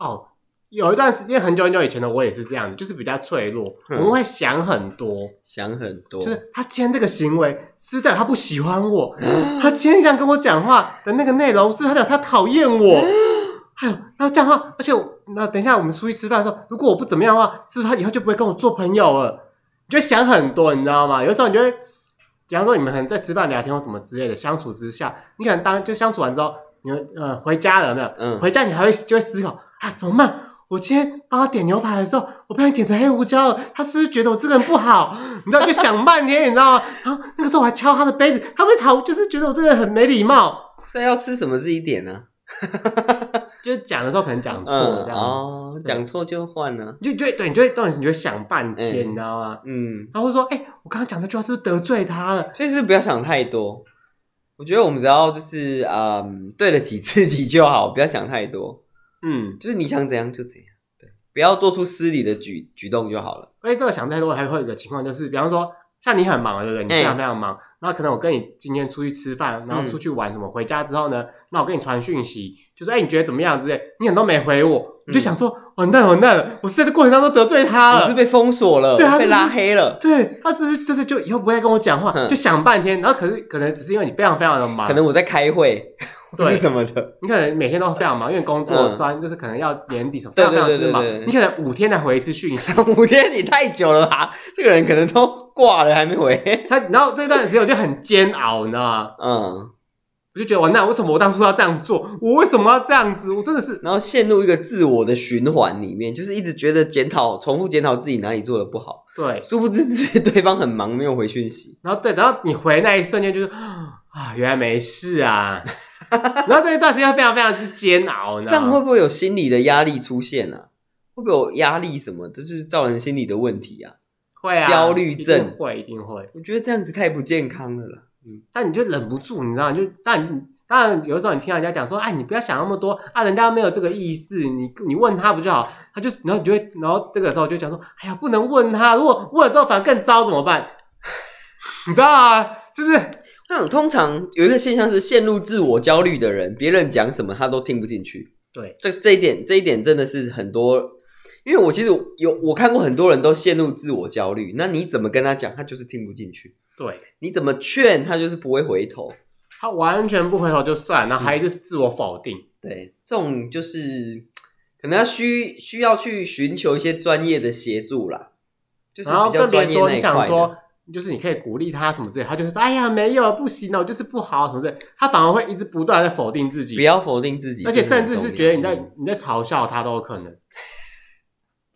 B: 嗯
A: 哦，有一段时间很久很久以前的我也是这样子，就是比较脆弱，我
B: 嗯
A: 们会想很多，
B: 想很多，
A: 就是他今天这个行为是代表他不喜欢我， 他今天这样跟我讲话的那个内容是代表他讨厌我。 哎呦，那这样的话，而且我那等一下我们出去吃饭的时候，如果我不怎么样的话，是不是他以后就不会跟我做朋友了？你就会想很多，你知道吗？有时候你就会，比方说你们可能在吃饭聊天或什么之类的相处之下，你可能当就相处完之后，你们呃回家了有没有？
B: 嗯，
A: 回家你还会就会思考啊，怎么办？我今天帮他点牛排的时候，我不小心点成黑胡椒了，他是不是觉得我这个人不好？你知道，就想半天，你知道吗？然后那个时候我还敲他的杯子，他会讨，就是觉得我这个人很没礼貌，
B: 所以要吃什么是一点呢、
A: 就是讲的时候可能讲
B: 啊？
A: 错了
B: 嗯，
A: 这样。
B: 哦，讲错就换啊了、
A: 你就对对，你就会到底你就会想半天，
B: 嗯
A: 你知道吗？
B: 嗯，
A: 然后会说，哎、我刚刚讲那句话是不是得罪他了？
B: 所以是不要想太多。我觉得我们只要就是嗯，对得起自己就好，不要想太多，
A: 嗯，
B: 就是你想怎样就怎样，对，不要做出失礼的举举动就好了。
A: 而且哎这个想太多，还会有一个情况，就是比方说，像你很忙啊，对不对？你非常
B: 嗯
A: 非常忙，然后可能我跟你今天出去吃饭，然后出去玩什么，回家之后呢，那我跟你传讯息，就说哎、你觉得怎么样之类，你很多没回我，我就想说完蛋了完蛋了，我是在这过程当中得罪他
B: 嗯你是
A: 了。
B: 被封锁了，
A: 对他是
B: 被拉黑了，
A: 对，他是不是真的就以后不会跟我讲话，
B: 嗯
A: 就想半天，然后可是可能只是因为你非常非常的忙，
B: 可能我在开会，或
A: 啊对
B: 是什么的。
A: 你可能每天都非常忙，因为工作
B: 嗯
A: 专、就是可能要年底什么，非
B: 对
A: 常非常
B: 对对
A: 之忙
B: 对对。对
A: 你可能五天才回一次讯息，
B: 五天也太久了吧？这个人可能都挂了还没回。
A: 他然后这段时间我就很煎熬，你知道吗？
B: 嗯，
A: 我就觉得完蛋，为什么我当初要这样做？我为什么要这样子？我真的是
B: 然后陷入一个自我的循环里面，就是一直觉得检讨、重复检讨自己哪里做的不好，
A: 对。
B: 殊不知只是 对方很忙没有回讯息。
A: 然后对，然后你回那一瞬间就是啊，原来没事 啊。然后这一段时间非常非常之煎熬，你
B: 这
A: 知道
B: 样
A: 吗？
B: 会不会有心理的压力出现啊？会不会有压力什么？这就是造成心理的问题啊！
A: 会啊，
B: 焦虑症
A: 一定会一定会。
B: 我觉得这样子太不健康了啦。
A: 但你就忍不住，你知道，你就但你当然有时候你听到人家讲说，哎，你不要想那么多啊，人家没有这个意思，你你问他不就好？他就然后你就会，然后这个时候就讲说，哎呀，不能问他，如果问了之后反而更糟怎么办？ 你知道啊，就是
B: 那种通常有一个现象是陷入自我焦虑的人，别人讲什么他都听不进去。
A: 对，
B: 这这一点，这一点真的是很多，因因为我其实有我看过很多人都陷入自我焦虑，那你怎么跟他讲，他就是听不进去；
A: 对
B: 你怎么劝他，就是不会回头。
A: 他完全不回头就算，
B: 嗯
A: 然后还一直自我否定。
B: 对，这种就是可能要需需要去寻求一些专业的协助啦，就是
A: 然后
B: 比较
A: 跟别
B: 专
A: 人
B: 业那一
A: 说你
B: 块
A: 想
B: 的。
A: 说，就是你可以鼓励他什么之类，他就会说：“哎呀，没有，不行哦，我就是不好什么之类。”他反而会一直不断的否定自己
B: 不，要否定自己，
A: 而且
B: 这很
A: 甚至是
B: 重
A: 觉得
B: 要
A: 你在你在嘲笑他都有可能。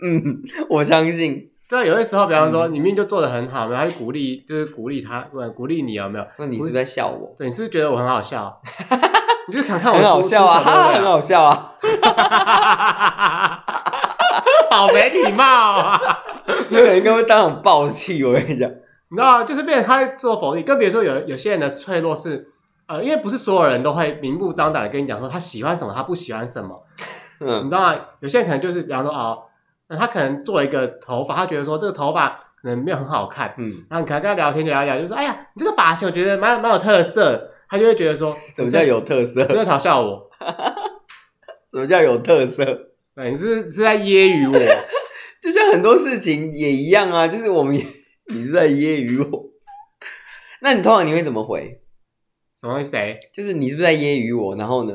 B: 嗯， 我相信。
A: 对，啊有些时候，比方说
B: 嗯
A: 你明明就做的很好，然后他就鼓励，就是鼓励他，不鼓励你有没有？
B: 那你是不是在笑我？
A: 对，你是不是觉得我很好笑？ 你就想看 我
B: 很好
A: 出
B: 笑啊，
A: 出糗
B: 哈哈，
A: 对
B: 很
A: 不对
B: 好笑啊。
A: 好没礼貌啊！
B: 那个人应该会当场暴气，我跟你讲。
A: 你知道，就是变成他在自我否定。更别说有有些人的脆弱是，呃，因为不是所有人都会明目张胆的跟你讲说他喜欢什么，他不喜欢什么。你
B: 嗯，
A: 知道吗？有些人可能就是，比方说哦，那他可能做了一个头发，他觉得说这个头发可能没有很好看，
B: 嗯，
A: 然后你可能跟他聊天聊一聊，就说哎呀，你这个发型我觉得蛮蛮有特色，他就会觉得说
B: 什么叫？有特色
A: 你？是不是嘲笑我？
B: 什么叫有特色？
A: 对，你是不是是在揶揄我？
B: 就像很多事情也一样啊，就是我们也， 你是不是在揶揄我。那你通常你会怎么回？
A: 什么谁？
B: 就是你是不是在揶揄我？然后呢？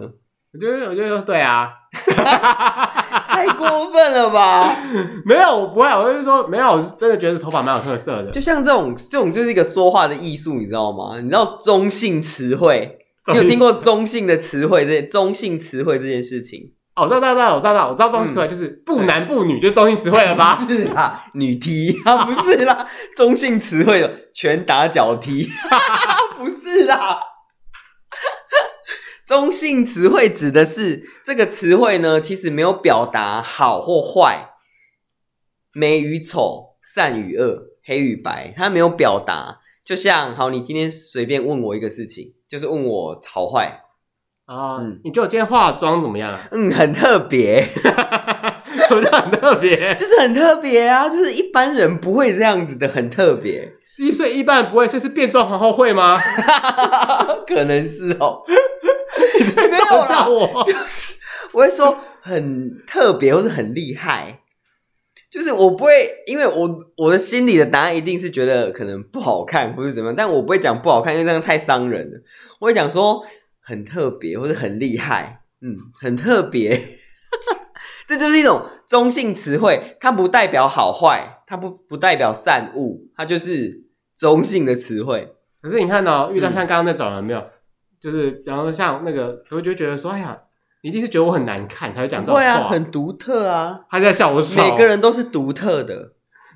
A: 我觉得我觉得说对啊，
B: 太过分了吧！
A: 没有，我不会，我就是说没有，我是真的觉得头发蛮有特色的。
B: 就像这种这种就是一个说话的艺术，你知道吗？你知道中性词汇，你有听过中性的词汇这中性词汇这件事情？
A: 哦，我知道，知道，我知道，我知道中性词汇就是
B: 嗯
A: 不男不女，就是中性词汇了吧？
B: 不是啦，女踢啊，不是啦，中性词汇的拳打脚踢， 不是啦。中性词汇指的是这个词汇呢，其实没有表达好或坏、美与丑、善与恶、黑与白，它没有表达。就像好，你今天随便问我一个事情，就是问我好坏，
A: 啊
B: 嗯，
A: 你觉得我今天化妆怎么 样啊？
B: 嗯，很特别，
A: 什么叫很特别？
B: 就是很特别啊，就是一般人不会这样子的，很特别。
A: 一岁一半不会，所以是变装皇后会吗？
B: 可能是哦，没有
A: 嘲笑
B: 啦，
A: 我，
B: 就是我会说很特别或是很厉害，就是我不会，因为我我的心里的答案一定是觉得可能不好看或是怎么样，但我不会讲不好看，因为这样太伤人了。我会讲说很特别或者很厉害，嗯，很特别，这就是一种中性词汇，它不代表好坏，它不不代表善恶，它就是中性的词汇。
A: 可是你看哦，遇到像刚刚那种人没
B: 嗯
A: 有，就是比方说像那个，我就觉得说，哎呀，你一定是觉得我很难看才会讲这种
B: 会啊，
A: 话。
B: 很独特啊，
A: 他在笑我丑，
B: 每个人都是独特的，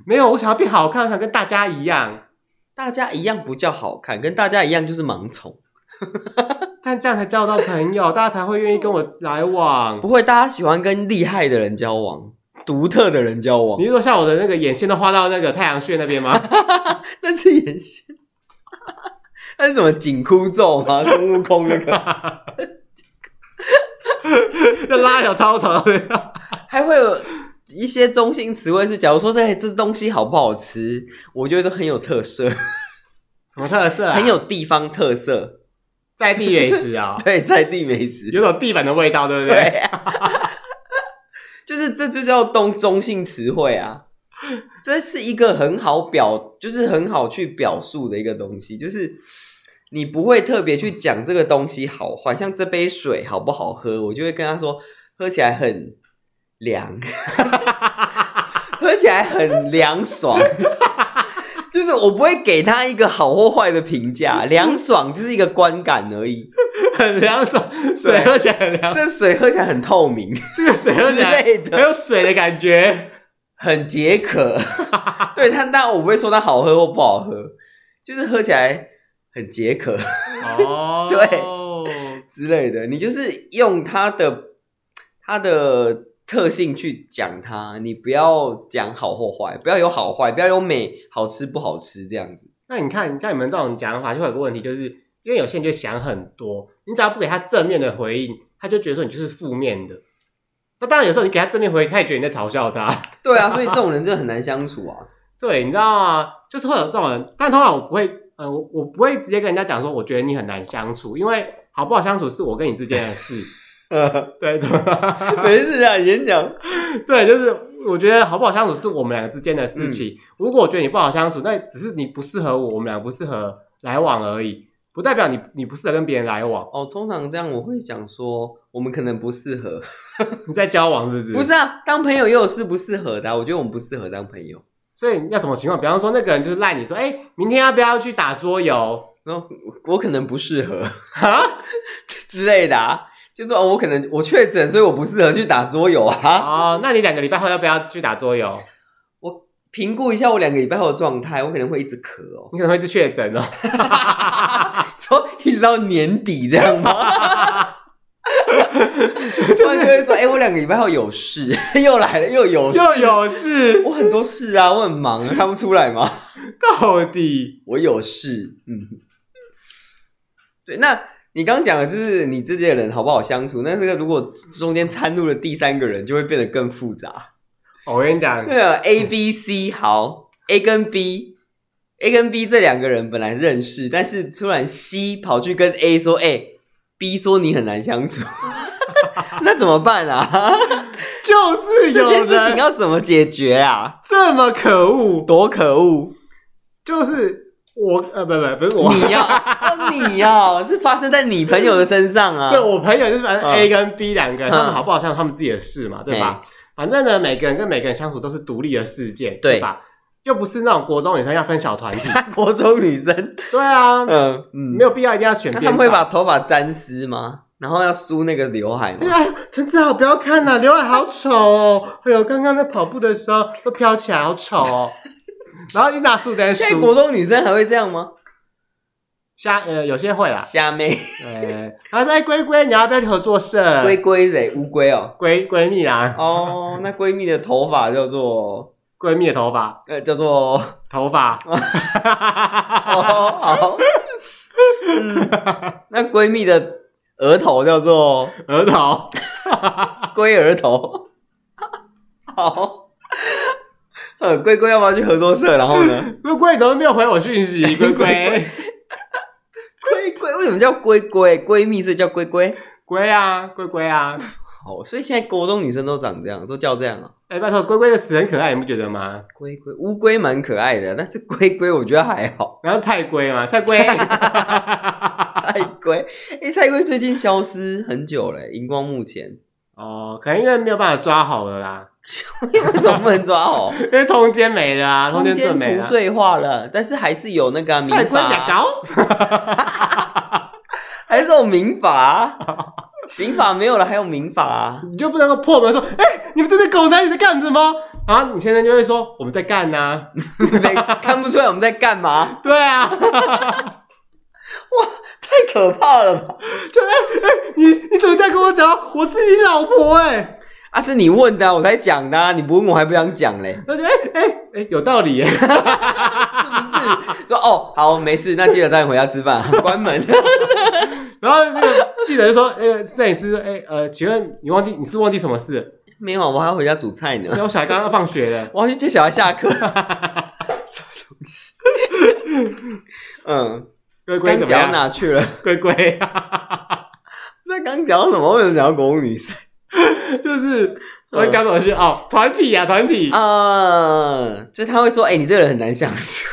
A: 没有，我想要变好看，我想跟大家一样，
B: 大家一样不叫好看，跟大家一样就是盲从。
A: 但这样才交得到朋友，大家才会愿意跟我来往。
B: 不会，大家喜欢跟厉害的人交往，独特的人交往
A: 你。是说像我的那个眼线都画到那个太阳穴那边吗？
B: 那是眼线， 那是什么紧箍咒 吗？孙悟空那个，
A: 就拉一条超长的，
B: 还会有一些中性词汇是，假如说这、哎这东西好不好吃，我就会说很有特色，
A: 什么特色、啊？
B: 很有地方特色，
A: 在地美食 啊、
B: 对，在地美食。
A: 有种地板的味道，对不对？
B: 对、啊，就是这就叫东中性词汇啊。这是一个很好表，就是很好去表述的一个东西，就是你不会特别去讲这个东西好坏，像这杯水好不好喝，我就会跟他说喝起来很凉，喝起来很凉爽，就是我不会给他一个好或坏的评价，凉爽就是一个观感而已。
A: 很凉爽，水喝起来很凉，
B: 这水喝起来很透明。
A: 这个水喝起来
B: 之类的
A: 很有水的感觉。
B: 很解渴。对它，但我不会说它好喝或不好喝，就是喝起来很解渴
A: 哦，对，
B: 之类的。你就是用它的它的特性去讲它，你不要讲好或坏，不要有好坏，不要有美好吃不好吃这样子。
A: 那你看，像你们这种讲法，就会有个问题，就是因为有些人就想很多，你只要不给他正面的回应，他就觉得说你就是负面的。那当然，有时候你给他正面回应，他也觉得你在嘲笑他。
B: 对啊，所以这种人就很难相处啊。
A: 对，你知道吗？就是会有这种人，但通常我不会，呃，我我不会直接跟人家讲说，我觉得你很难相处，因为好不好相处是我跟 你之间的事。对，怎么了？
B: 没事啊，演讲
A: 对，就是我觉得好不好相处是我们两个之间的事情。如果我觉得你不好相处，那只是你不适合我，我们俩不适合来往而已，不代表你你不适合跟别人来往。
B: 哦，通常这样我会讲说，我们可能不适合。
A: 你在交往是不是？
B: 不是，啊，当朋友也有适不适合的啊、我觉得我们不适合当朋友。
A: 所以要什么情况？比方说那个人就是赖你说，哎、明天要不要去打桌游？
B: 然后我可能不适合
A: 啊
B: 之类的、啊，就说哦，我可能我确诊，所以我不适合去打桌游啊。
A: 哦，那你两个礼拜后要不要去打桌游？
B: 评估一下我两个礼拜后的状态，我可能会一直咳哦，
A: 你可能会是确诊哦。
B: 说一直到年底这样吗？ 突然就会说，哎、我两个礼拜后有事， 又来了，又有事，
A: 又有事，
B: 我很多事啊，我很忙，看不出来吗？
A: 到底
B: 我有事，嗯，对。那你刚刚讲的就是你这些人好不好相处，但是如果中间掺入了第三个人，就会变得更复杂。
A: 哦我跟你讲，
B: 对啊，A、B、C 好，A 跟 B，A 跟 B 这两个人本来认识，但是突然 C 跑去跟 A 说：“哎、b 说你很难相处。” 那怎么办啊？
A: 就是
B: 这
A: 有
B: 件事情
A: 人
B: 要怎么解决啊？
A: 这么可恶，
B: 多可恶！
A: 就是我呃，不不不是我，
B: 你要、哦你要是发生在你朋友的身上啊？
A: 对我朋友就是反正
B: 嗯
A: A 跟 B 两个人，
B: 嗯
A: 他们好不好相处，他们自己的事嘛，对吧？反正呢，每个人跟每个人相处都是独立的事件，
B: 对
A: 对吧？又不是那种国中女生要分小团体，
B: 国中女生，
A: 对啊，
B: 嗯嗯，
A: 没有必要一定要选
B: 那他
A: 边
B: 们
A: 站。
B: 会把头发沾湿吗？然后要梳那个刘海吗？
A: 哎呀，陈志豪不要看呐、刘海好丑哦！哎呦，刚刚在跑步的时候都飘起来，好丑 哦。然后一拿束在
B: 现在国
A: 梳，
B: 中女生还会这样吗？
A: 虾呃有些会啦，
B: 虾妹、
A: 呃，然后说哎龟龟，你要不要去合作社？
B: 龟龟谁？乌龟哦。
A: 闺闺蜜啊，
B: 哦，那闺蜜的头发叫做
A: 闺蜜的头发，
B: 呃叫做
A: 头发，
B: 哦好，嗯，那闺蜜的额头叫做
A: 额头，
B: 龟儿头。好，呃，龟龟要不要去合作社？然后呢？
A: 龟龟你怎么没有回我讯息？龟龟，
B: 龟龟为什么叫龟龟？闺蜜所以叫龟龟。
A: 龟啊，龟龟啊！
B: 哦，所以现在国中女生都长这样，都叫这样啊。
A: 哎，拜托，龟龟的词很可爱，你不觉得吗？
B: 龟龟乌龟蛮可爱的，但是龟龟我觉得还 好。
A: 然后菜龟嘛，菜 龟，
B: 菜龟，哎、菜龟最近消失很久嘞，荧光幕前，
A: 哦，可能因为没有办法抓好了啦。
B: 为什么不能抓 好？
A: 因为通奸没了啊，通奸罪
B: 中
A: 没
B: 间
A: 了
B: 除。罪化了，但是还是有那个、啊、民
A: 菜龟
B: 法、
A: 两
B: 啊，
A: 高，
B: 还是有民法、 啊，刑法没有了，还有民法、啊。
A: 你就不能够破门说，哎、你们这对狗男女在干什么啊？你现在就会说我们在干呐、
B: 没看不出来我们在干嘛，
A: 对啊，
B: 太可怕了吧？
A: 就哎哎、你你怎么在跟我讲？我是你老婆哎、
B: 啊，是你问的啊、我才讲的、啊，你不问我还不想讲嘞。
A: 那就哎哎哎，有道理耶、
B: 是不是？说哦，好，没事，那记得早点回家吃饭，啊 关 门。
A: 然后那个记者就说，呃、这里是哎、呃，请问你忘记你是忘记什么事？
B: 没有，我还要回家煮菜呢
A: 因为，我小孩刚刚放学了。
B: 我要去接小孩下 课。什么东西？嗯，
A: 龟龟
B: 刚
A: 怎么
B: 讲到啊
A: 样？
B: 哪去了？
A: 龟龟、啊，
B: 不知道刚讲到什么？为什么讲到公女 生？
A: 就是我讲什么去哦，团体啊，团体。
B: 啊，就他会说，哎、你这个人很难相处。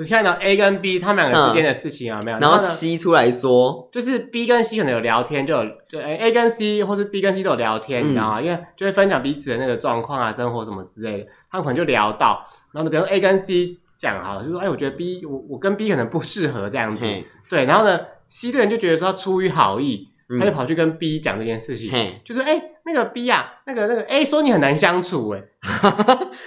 A: 你看到 A 跟 B 他们两个之间的事情啊，没
B: 嗯
A: 有？
B: 然后
A: 呢
B: C 出来说，
A: 就是 B 跟 C 可能有聊天，就有就哎 A 跟 C 或是 B 跟 C 都有聊
B: 嗯
A: 天，你知道吗？因为就会分享彼此的那个状况啊、生活什么之类的，他们可能就聊到，然后呢，比如说 A 跟 C 讲好了，就说哎，我觉得 B 我我跟 B 可能不适合这样子，
B: 嘿，
A: 对，然后呢，C 这个人就觉得说他出于好意，
B: 嗯
A: 他就跑去跟 B 讲这件事情，
B: 嘿，
A: 就是哎那个 B 啊，那个那个 A 说你很难相处、哎，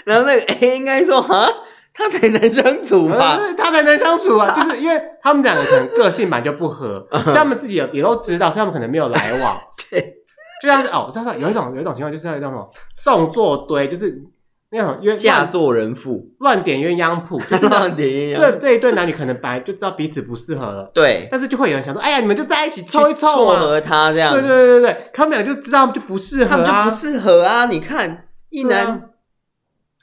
B: 然后那个 A 应该说，哈，他才难相处
A: 然
B: 吧？
A: 后呃他才能相 处啊，就是因为他们两个可能个性本来就不合，所以他们自己也也都知道，所以他们可能没有来往。
B: 嗯 对，
A: 就像是哦，我知道有一种有一种情况就是那种什么送座堆，就是那种鸳
B: 嫁
A: 乱
B: 作人妇，
A: 乱点鸳鸯谱， 就是那
B: 让点鸳鸯
A: 这这一对男女可能本来就知道彼此不适合了，
B: 对，
A: 但是就会有人想说，哎呀，你们就在一起凑一凑
B: 撮
A: 嘛。
B: 合他这样，
A: 对对对对对，他们俩就知道他们就不适合
B: 他们就
A: 啊
B: 不，适合啊！你看，一
A: 对啊
B: 男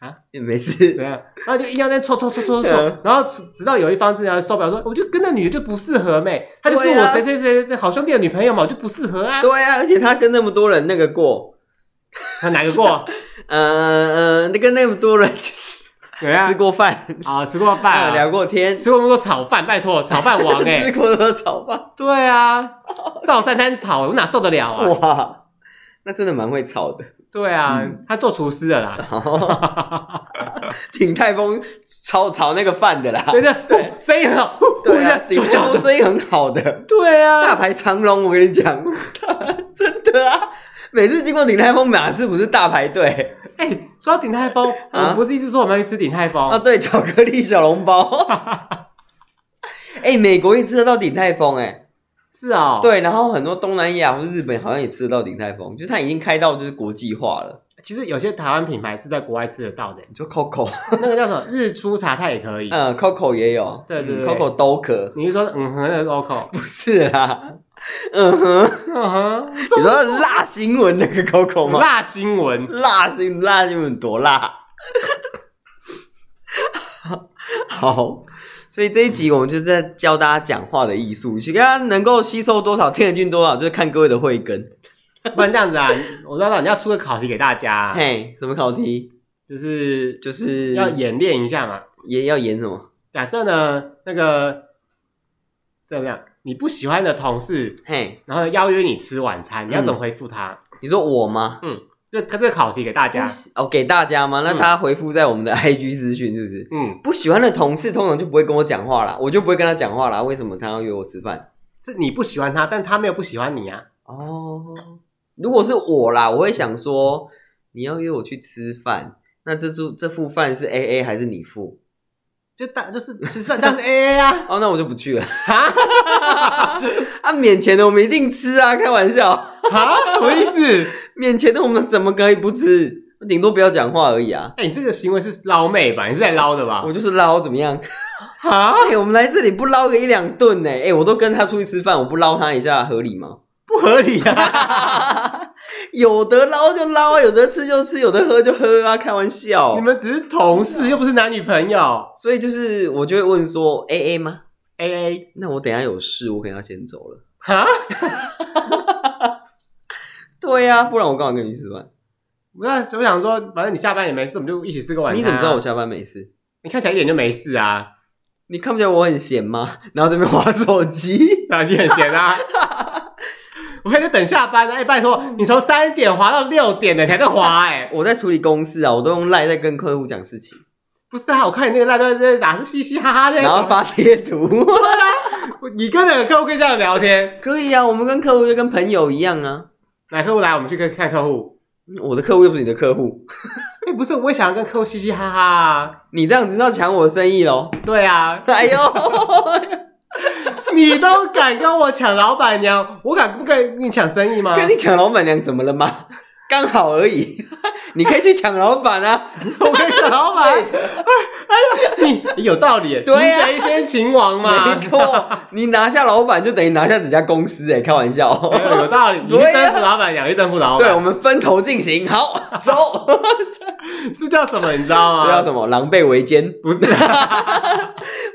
A: 啊
B: 也没事
A: 怎，样？ 然后就硬要在那凑凑凑凑凑
B: 嗯，
A: 然后直直到有一方真的受不了，说我就跟那女的就不适合妹，她就是
B: 对
A: 我
B: 啊
A: 谁谁谁的好兄弟的女朋友嘛，我就不适合啊。
B: 对啊，而且他跟那么多人那个过，
A: 那哪个 过？
B: 呃呃，那跟那么多人吃
A: 对啊，
B: 过饭，
A: 啊，吃过
B: 啊
A: 饭
B: 聊
A: 啊，
B: 过天，
A: 吃过那么多炒饭，拜托，炒饭 王哎、
B: 吃过多炒饭，
A: 对 啊，照三餐炒，我哪受得了啊？
B: 哇，那真的蛮会炒的。
A: 对啊，
B: 嗯
A: 他做厨师的啦。
B: 鼎泰丰炒炒那个饭的啦，
A: 对对对，哦生意很好，呼
B: 对啊，
A: 就
B: 鼎泰丰生意很好的，
A: 对
B: 大
A: 啊，
B: 排长龙，我跟你讲， 真的啊，每次经过鼎泰丰，哪次不是大排队
A: 哎、说到鼎泰丰，我们不是一直说我们要去吃鼎泰丰？
B: 啊？对，巧克力小笼 包。哎、美国也吃得到鼎泰丰哎、
A: 是哦，，
B: 对，然后很多东南亚或日本好像也吃得到鼎泰丰，就它已经开到就是国际化了。
A: 其实有些台湾品牌是在国外吃得到的，
B: 你说 Coco，
A: 那个叫什么日出茶太也可以。
B: 嗯，Coco 也有，
A: 对对对
B: 嗯，Coco 都可，
A: 你是说嗯哼那个 Coco？
B: 不是啦，嗯哼，
A: 嗯哼，
B: 你说辣新闻那个 Coco 吗？
A: 辣新闻，
B: 辣新辣新闻多辣。 好，所以这一集我们就是在教大家讲话的艺术，去跟大家能够吸收多少，听得进多少，就是看各位的慧根。
A: 不然这样子啊，我知道你要出个考题给大家啊，
B: 嘿，什么考题？
A: 就是
B: 就是
A: 要演练一下嘛。
B: 也要演什么？
A: 假设呢，那个怎么样？你不喜欢的同事，
B: 嘿，
A: 然后邀约你吃晚餐，你要
B: 嗯
A: 怎么回复他？
B: 你说我吗？
A: 就他这个考题给大家
B: 不。喜哦，给大家吗？那
A: 啊嗯
B: 大家回复在我们的 IG 私讯是不是？
A: 嗯，
B: 不喜欢的同事通常就不会跟我讲话啦，我就不会跟他讲话啦。为什么他要约我吃饭？
A: 是你不喜欢他，但他没有不喜欢你啊。
B: 哦，如果是我啦，我会想说，你要约我去吃饭，那这桌这副饭是 A A 还是你付？
A: 就大就是吃 饭，但是 A A 啊，
B: 哦，那我就不去了。
A: 哈
B: 啊，免钱的我们一定吃啊，开玩笑，
A: 哈，什么意思？
B: 免钱的我们怎么可以不吃？顶多不要讲话而已啊。
A: 哎、你这个行为是捞妹吧？你是在捞的吧
B: 我？就是捞怎么样？
A: 哈，
B: 哎、我们来这里不捞个一两顿呢？哎、我都跟他出去吃饭，我不捞他一下合理吗？
A: 不合理啊！
B: 有的捞就捞啊，有的吃就吃，有的喝就喝啊，开玩笑。
A: 你们只是同
B: 哦
A: 事，又不是男女朋友。
B: 所以就是我就会问说，A A 吗？
A: A A
B: 那我等一下有事，我可能要先走了。
A: 哈，
B: 对呀、不然我干嘛跟你去吃饭？
A: 我那我想说，反正你下班也没事，我们就一起吃个晚餐、啊
B: 你怎么知道我？下班没事？
A: 你看起来一点就没事啊，
B: 你看不见我很闲吗？然后这边划手机，
A: 啊，你很 闲啊。我还在等下班呢、哎、拜托，你从三点滑到六点呢，你还在滑哎、
B: 我在处理公事啊，我都用赖在跟客户讲事情，
A: 不是啊，我看你那个烂在在打嘻嘻哈哈的，
B: 然后发贴图。
A: 你跟哪个客户可以这样聊天？
B: 可以啊，我们跟客户就跟朋友一样啊。
A: 哪客户来，我们去看看客户。
B: 我的客户又不是你的客户，
A: 哎、不是，我也想要跟客户嘻嘻哈哈、啊。
B: 你这样子是要抢我的生意喽？
A: 对啊，
B: 哎呦，
A: 你都敢跟我抢老板娘，我敢不跟你抢生意吗？
B: 跟你抢老板娘怎么了吗？刚好而已， 你可以去抢老板啊。
A: 我跟你讲，老板， 哎哎呀，你有道理耶，擒
B: 对啊
A: 贼先擒王 嘛，
B: 没错，你拿下老板就等于拿下整家公司哎、开玩笑。
A: 哎有道理，你去
B: 对啊
A: 征服老板娘，去征服老
B: 对，
A: 板
B: 我，们分头进行， 好，走。
A: 这叫什么？你知道
B: 这
A: 吗
B: 叫？什么？狼狈为奸，
A: 不是，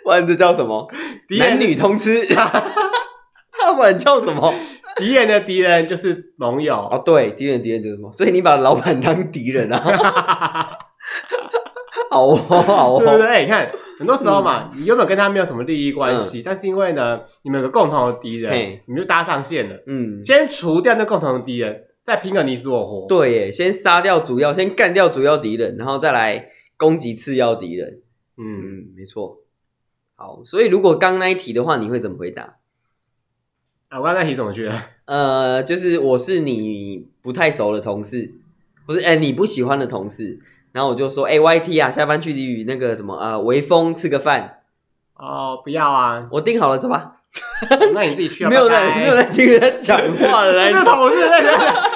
B: 不然这叫什么？
A: 敌
B: 男
A: 人
B: 女通吃， 那不然叫什么？
A: 敌人的敌人就是盟
B: 哦
A: 友，，
B: 对，敌人敌人就是什么？所以你把老板当敌人啊？ 好哦，好
A: 对不
B: 哦，
A: 对？哎你看，很多时候嘛，
B: 嗯
A: 你原本跟他没有什么利益关系，但是因为呢，你们有个共同的敌人
B: 嘿，
A: 你们就搭上线了。
B: 嗯，
A: 先除掉那共同的敌人，再拼个你死我活。
B: 对耶，先杀掉主要，先干掉主要敌人，然后再来攻击次要敌人。
A: 嗯，
B: 嗯，没错。好，所以如果刚那一题的话，你会怎么回答？
A: 啊，我刚才那题怎么去 了？
B: 呃，就是我是你不太熟的同事，不是哎、你不喜欢的同事，然后我就说哎、Y T 啊，下班去与那个什么呃微风吃个饭，
A: 哦，不要啊，
B: 我订好了走吧。
A: 那你自己去啊。
B: 没有
A: 拜
B: 在
A: 拜
B: 没有在听人家讲 话的那一
A: 这
B: 种
A: 同事在讲，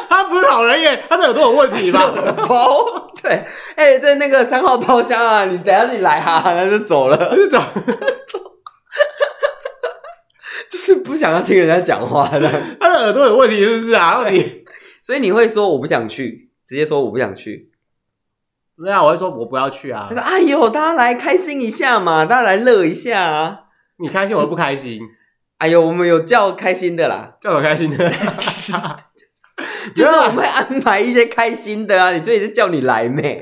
A: 他不是讨人厌，他是耳朵有问 题吧？
B: 包，对，哎、在那个三号包厢啊，你等一下自己来哈、啊，然后就走了，
A: 这种
B: 就是不想要听人家讲话的，
A: 他的耳朵有问题是不是啊？问题。
B: 所以你会说我不想去，直接说我不想去。
A: 对啊，我会说我不要去啊
B: 他。说哎呦，大家来开心一下嘛，大家来乐一下啊。
A: 你开心，我会不开心，
B: 哎呦，我们有叫开心的啦。
A: 叫我开心的。
B: 就是啊我们会安排一些开心的啊，你这也是叫你来妹，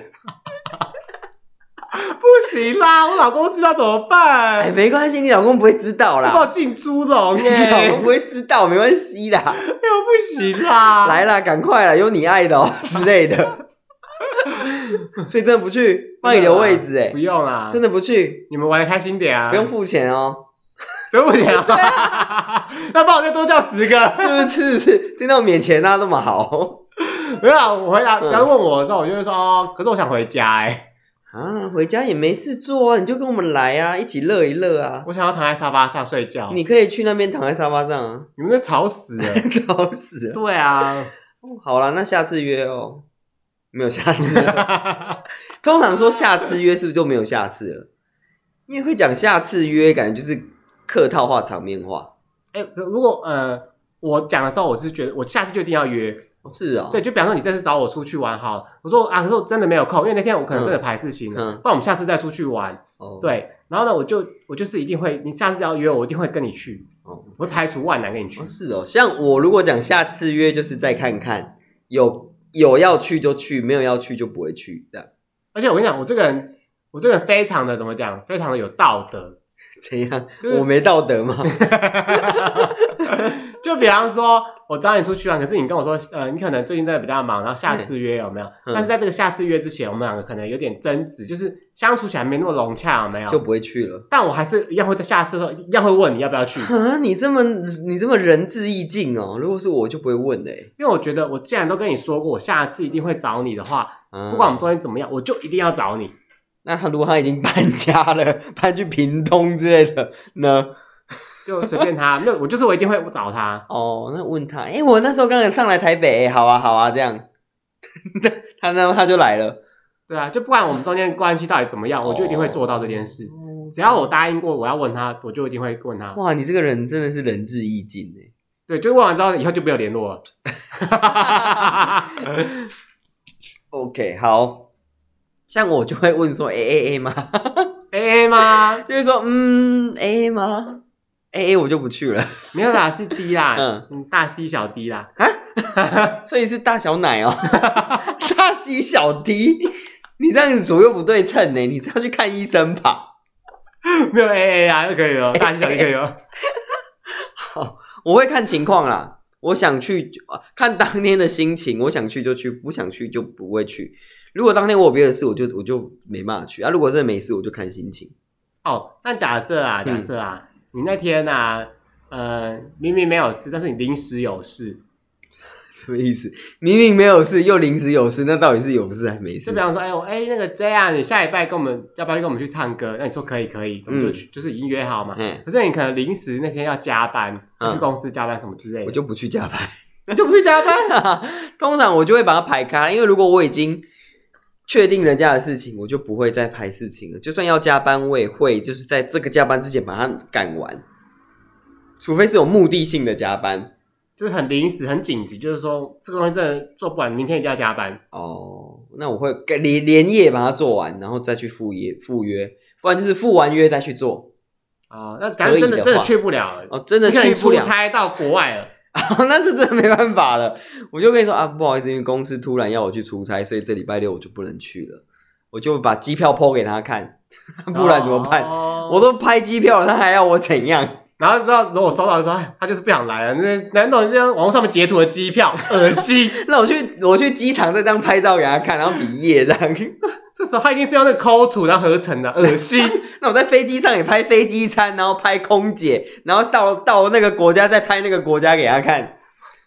A: 不行啦，我老公知道怎么
B: 哎，
A: 办？
B: 没关系，你老公不会知道
A: 我要
B: 啦，
A: 进猪 笼
B: 你老
A: 耶！
B: 公
A: 哎
B: 不会知道，没关系啦，
A: 呦，不行啦！
B: 来啦，赶快啦，有你爱 的哦之类的，所以真的不去，帮你留位置哎
A: 不，用啦，
B: 真的不去，
A: 你们玩的开心点啊！
B: 不用付钱哦，
A: 不用不用啊！ 那帮我再多叫十个。
B: 是不是？是不是？听到免钱啊那那么好
A: 没有啊，我回答
B: 嗯
A: 刚问我的时候，我就会说哦，可是我想回家哎，
B: 啊，回家也没事做啊，你就跟我们来啊，一起乐一乐啊，
A: 我想要躺在沙发上睡觉。
B: 你可以去那边躺在沙发上啊，
A: 你们都吵死了。
B: 吵死了。
A: 对啊，
B: 好啦，那下次约哦。没有下 次了，通常说下次约是不是就没有下次了？因为会讲下次约，感觉就是客套话、场面话。
A: 哎、可如果呃我讲的时候，我是觉得我下次就一定要约。
B: 哦是哦，
A: 对，，就比方说你这次找我出去玩好，我说啊，可是我真的没有空，因为那天我可能真的排事情了，
B: 嗯
A: 不然我们下次再出去玩。
B: 哦，
A: 对，然后呢，我就我就是一定会，你下次要约我，我一定会跟你去，
B: 哦，
A: 我会排除万难跟你去
B: 哦，。是哦。像我如果讲下次约，就是再看看，有有要去就去，没有要去就不会去，这样
A: 而且我跟你讲，我这个人，我这个人非常的怎么讲，非常的有道德。
B: 怎样
A: 就是？
B: 我没道德 吗？
A: 就比方说，我找你出去玩，可是你跟我说，呃，你可能最近真的比较忙，然后下次约有没有？
B: 嗯
A: 但是在这个下次约之前，我们两个可能有点争执，就是相处起来没那么融洽，有没有？
B: 就不会去了。
A: 但我还是一样会在下次的时候一样会问你要不要去，
B: 啊，你这么你这么仁至义尽哦。如果是我，就不会问嘞、欸。
A: 因为我觉得我既然都跟你说过，我下次一定会找你的话，
B: 啊
A: 不管我们中间怎么样，我就一定要找你。
B: 那他如果他已经搬家了， 搬去屏东之类的呢？
A: 就随便他，没有我就是我一定会找他。
B: 哦，那问他，哎、我那时候刚刚上来台北、诶好啊，好啊，这样， 他然后他就来了，
A: 对啊，就不管我们中间关系到底怎么样，我就一定会做到这件事。只要我答应过我要问他，我就一定会问他。
B: 哇，你这个人真的是仁至义尽哎。
A: 对，就问完之后以后就没有联络了。
B: OK，好，像我就会问说，A A A 吗？
A: A A 吗？
B: 就是说，嗯，A A 吗？A A 我就不去了，
A: 没有啦，是 D 啦，
B: 嗯
A: 嗯，大 C 小 D 啦。
B: 所以是大小奶哦， 大 C 小 D，你 这样子左右不对称呢，你是要去看医生吧？
A: 没有 A A 啊，就可以了，大 C 小 D 可以了。
B: 嗯我会看情况啦，我想去呃看当天的心情，我想去就去，不想去就不会去。如果当天我有别的事，我就我就没办法去啊。如果真的没事，我就看心情。
A: 哦，那假设啊，假设啊，你那天啊，呃，明明没有事，但是你临时有事，
B: 什么意思？明明没有事，又临时有事，那到底是有事还没事
A: 就比？方说，哎、我哎、那个 J 啊，你下礼拜跟我们要不要跟我们去唱歌？那你说可以可以，我们就去，就是已经约好嘛。
B: 嗯，
A: 可是你可能临时那天要加班，
B: 嗯
A: 去公司加班什么之类的，
B: 我就不去加班。
A: 你就不去加班。
B: 通常我就会把它排开，因为如果我已经确定人家的事情，我就不会再排事情了。就算要加班，我也会就是在这个加班之前把它赶完，除非是有目的性的加班。
A: 就是很临时、很紧急，就是说这个东西真的做不完，明天一定要加班。
B: 哦，那我会跟连连夜把它做完，然后再去赴约赴约，不然就是赴完约再去做。
A: 哦，那假如真
B: 可以的
A: 的
B: 话
A: 真的去不了了，
B: 哦，真的
A: 你可
B: 去
A: 能
B: 不
A: 出
B: 了，
A: 差到国外了，
B: 那这真的没办法了。我就跟你说啊，不好意思，因为公司突然要我去出差，所以这礼拜六我就不能去了。我就把机票抛给他看， 不然怎么办？
A: 哦
B: 我都拍机票了，他还要我怎样？
A: 然后知道，如果我收到的时候，哎他就是不想来了。那难懂这样网络上面截图的机票，恶心。
B: 那我去我去机场再这样拍照给他看，然后比耶这样。
A: 这时候他一定是用那个抠图然后合成的，恶心。
B: 那我在飞机上也拍飞机餐，然后拍空姐，然后到到那个国家再拍那个国家给他看，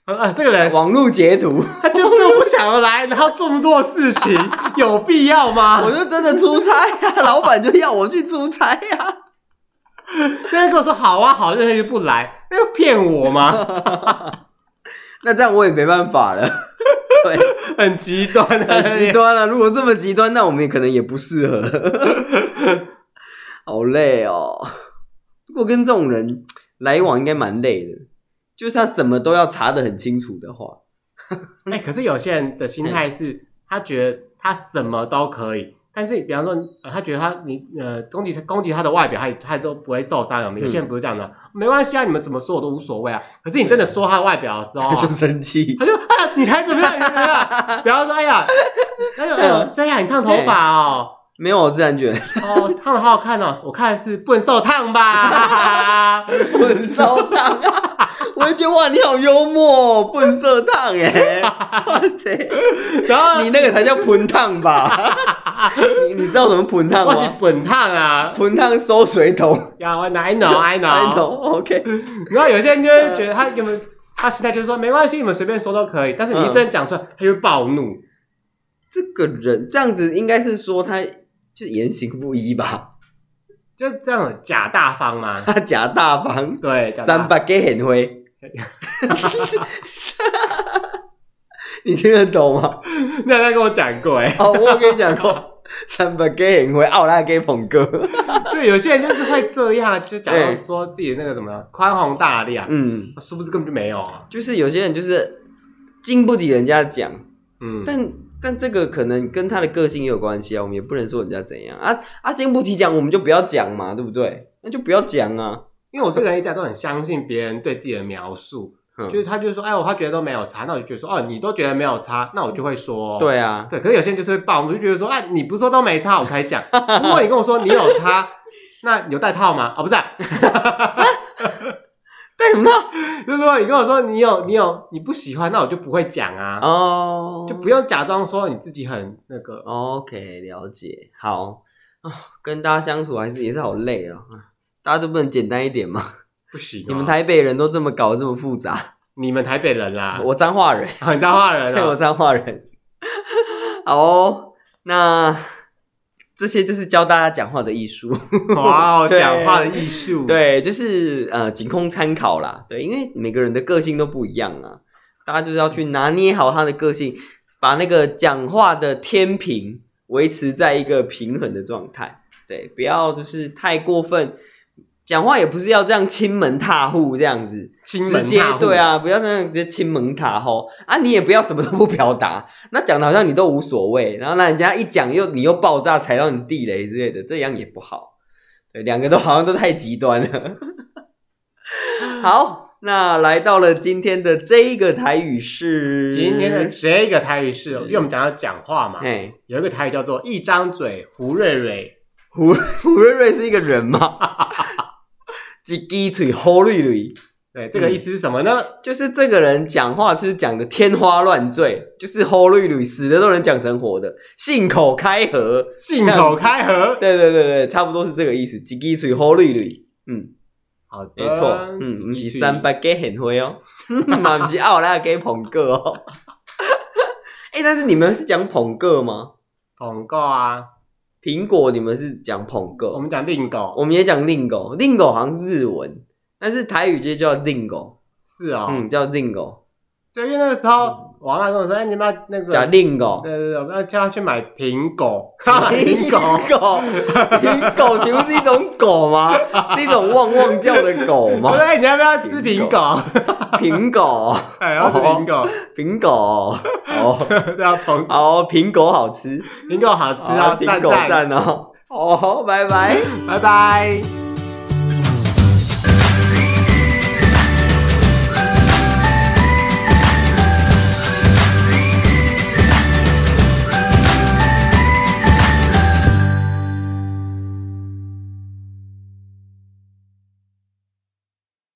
A: 啊，这个 人
B: 网络截图。
A: 他就这么不想来，然后这么多事情，有必要
B: 我
A: 吗？
B: 就真的出差呀、老板就要我去出差呀、
A: 那天跟我说好啊好，那天就不来，那就骗我 吗？
B: 那这样我也没办法了。对。
A: 很极端，哎
B: 很极。端了、啊如果这么极端，那我们也可能也不适合。 好累哦！如果跟这种人来往，应该蛮累的。就是他什么都要查得很清楚的话，
A: 哎、可是有些人的心态是，他觉得他什么都可以，但是比方说，呃、他觉得他你呃攻击他攻击他的外表，他也他也都不会受伤，有没有？有些人不是这样的，没关系啊，你们怎么说我都无所谓啊。可是你真的说他的外表的时候、
B: 他
A: 啊
B: 就，生气
A: 他，就啊，你还怎么样？你还怎么样？比方说，哎呀，哎呦哎呦，这样你烫头发哦，
B: 没有我自然卷，
A: 哦，烫的好好看哦，我看是不能受烫吧。哈哈哈
B: 笨烧烫，啊我就觉得哇，你好幽默、哦，笨色烫哎，哇塞，
A: 然后
B: 你那个才叫盆烫吧？你你知道什么盆烫
A: 我是
B: 吗？
A: 本烫啊，
B: 盆烫收水 桶，
A: 呀，我 I know I
B: 水
A: know。
B: 桶 OK，
A: 然后有些人就会觉得他有没有，他心态就是说没关系，你们随便说都可以，但是你一真的讲出来，他就会暴怒。
B: 这个人这样子应该是说他就言行不一吧？
A: 就是这样假大 方嘛，
B: 他假大方，
A: 对，假大
B: 三百给很灰。你听得懂 吗？
A: 你好像跟我讲过哎、
B: 哦，我跟你讲过，三百给很灰，奥拉给捧哥。
A: 对，有些人就是会这样，就假
B: 对
A: 装说自己那个什么宽宏大量，
B: 嗯，
A: 是不是根本就没有啊？
B: 就是有些人就是经不起人家讲，
A: 嗯，
B: 但但这个可能跟他的个性也有关系啊，我们也不能说人家怎样啊啊，经不起讲我们就不要讲嘛，对不对？那就不要讲啊，
A: 因为我这个人一直都很相信别人对自己的描述，
B: 嗯
A: 就是他就说，哎，我他觉得都没有差，那我就觉得说，哦，你都觉得没有差，那我就会说，
B: 对啊，
A: 对，可是有些人就是会爆，我就觉得说，啊，你不是说都没差，我才讲。如果你跟我说你有差，那你有戴套吗？哦，不是、啊，
B: 干什么呢？
A: 如果你跟我说你有你有你不喜欢，那我就不会讲啊，
B: 哦，
A: 就不用假装说你自己很那个。
B: OK，了解，好啊、跟大家相处还是也是好累哦，啊大家就不能简单一点吗？
A: 不行、啊
B: 你们台北人都这么搞得这么复杂，
A: 你们台北人啦，
B: 我彰化人，
A: 很脏话人
B: 对 我
A: 哦。
B: 彰化人，好哦，那这些就是教大家讲话的艺术。
A: 哇哦，
B: 对
A: 讲话的艺术，，
B: 对，就是呃，仅供参考啦。对，因为每个人的个性都不一样啊，大家就是要去拿捏好他的个性，把那个讲话的天平维持在一个平衡的状态。对，不要就是太过分，讲话也不是要这样亲门踏户这样子，
A: 亲
B: 直
A: 门
B: 接
A: 踏户
B: 对，啊，不要那样直接亲门踏吼啊，你也不要什么都不表达， 那讲的好像你都无所谓，然后让人家一讲又你又爆炸踩到你地雷之类的，这样也不好。对，两个都好像都太极端了。 好，那来到了今天的这一个台语是
A: 今天的这个台语是，因为我们讲到讲话嘛，
B: 哎，
A: 有一个台语叫做“一张嘴胡瑞瑞
B: 胡胡瑞瑞是一个人吗？ 一滴嘴胡瑞瑞。”，
A: 对，
B: 嗯
A: 这个意思是什么呢？
B: 就是这个人讲话就是讲的天花乱坠，就是齁绿绿，死的都能讲成活的，信口开河。
A: 信口开河，
B: 对对对对，差不多是这个意思。几滴水齁绿绿，嗯，
A: 好的，
B: 没错，嗯，我们
A: 继
B: 是
A: 续
B: 三百给很灰哦， 嘛不是奥拉给捧个哦。 哎、但是你们是讲捧个吗？
A: 捧够啊，
B: 苹果你们是讲捧个，
A: 我们讲另狗
B: 我们也讲令狗，令狗好像是日文，但是台语就叫令狗，
A: 是哦，
B: 嗯，叫令狗，
A: 对，因为那个时候我妈跟我说，哎，你们要那个，
B: 叫
A: 对
B: 令狗。
A: 对对，我们要叫她去买苹 果，
B: 苹
A: 苹
B: 果
A: 果，
B: 狗，苹果岂不是一种狗 吗？是一种汪汪叫的狗
A: 我
B: 吗
A: 说？哎你要不要吃苹果？
B: 苹果，
A: 哎，要吃苹果，
B: 苹果，哦，
A: 对啊，苹果
B: 好，苹果好吃，
A: 苹果好吃
B: 好
A: 啊，
B: 苹
A: 赞
B: 果
A: 赞，
B: 赞哦，哦，拜拜。
A: 拜拜。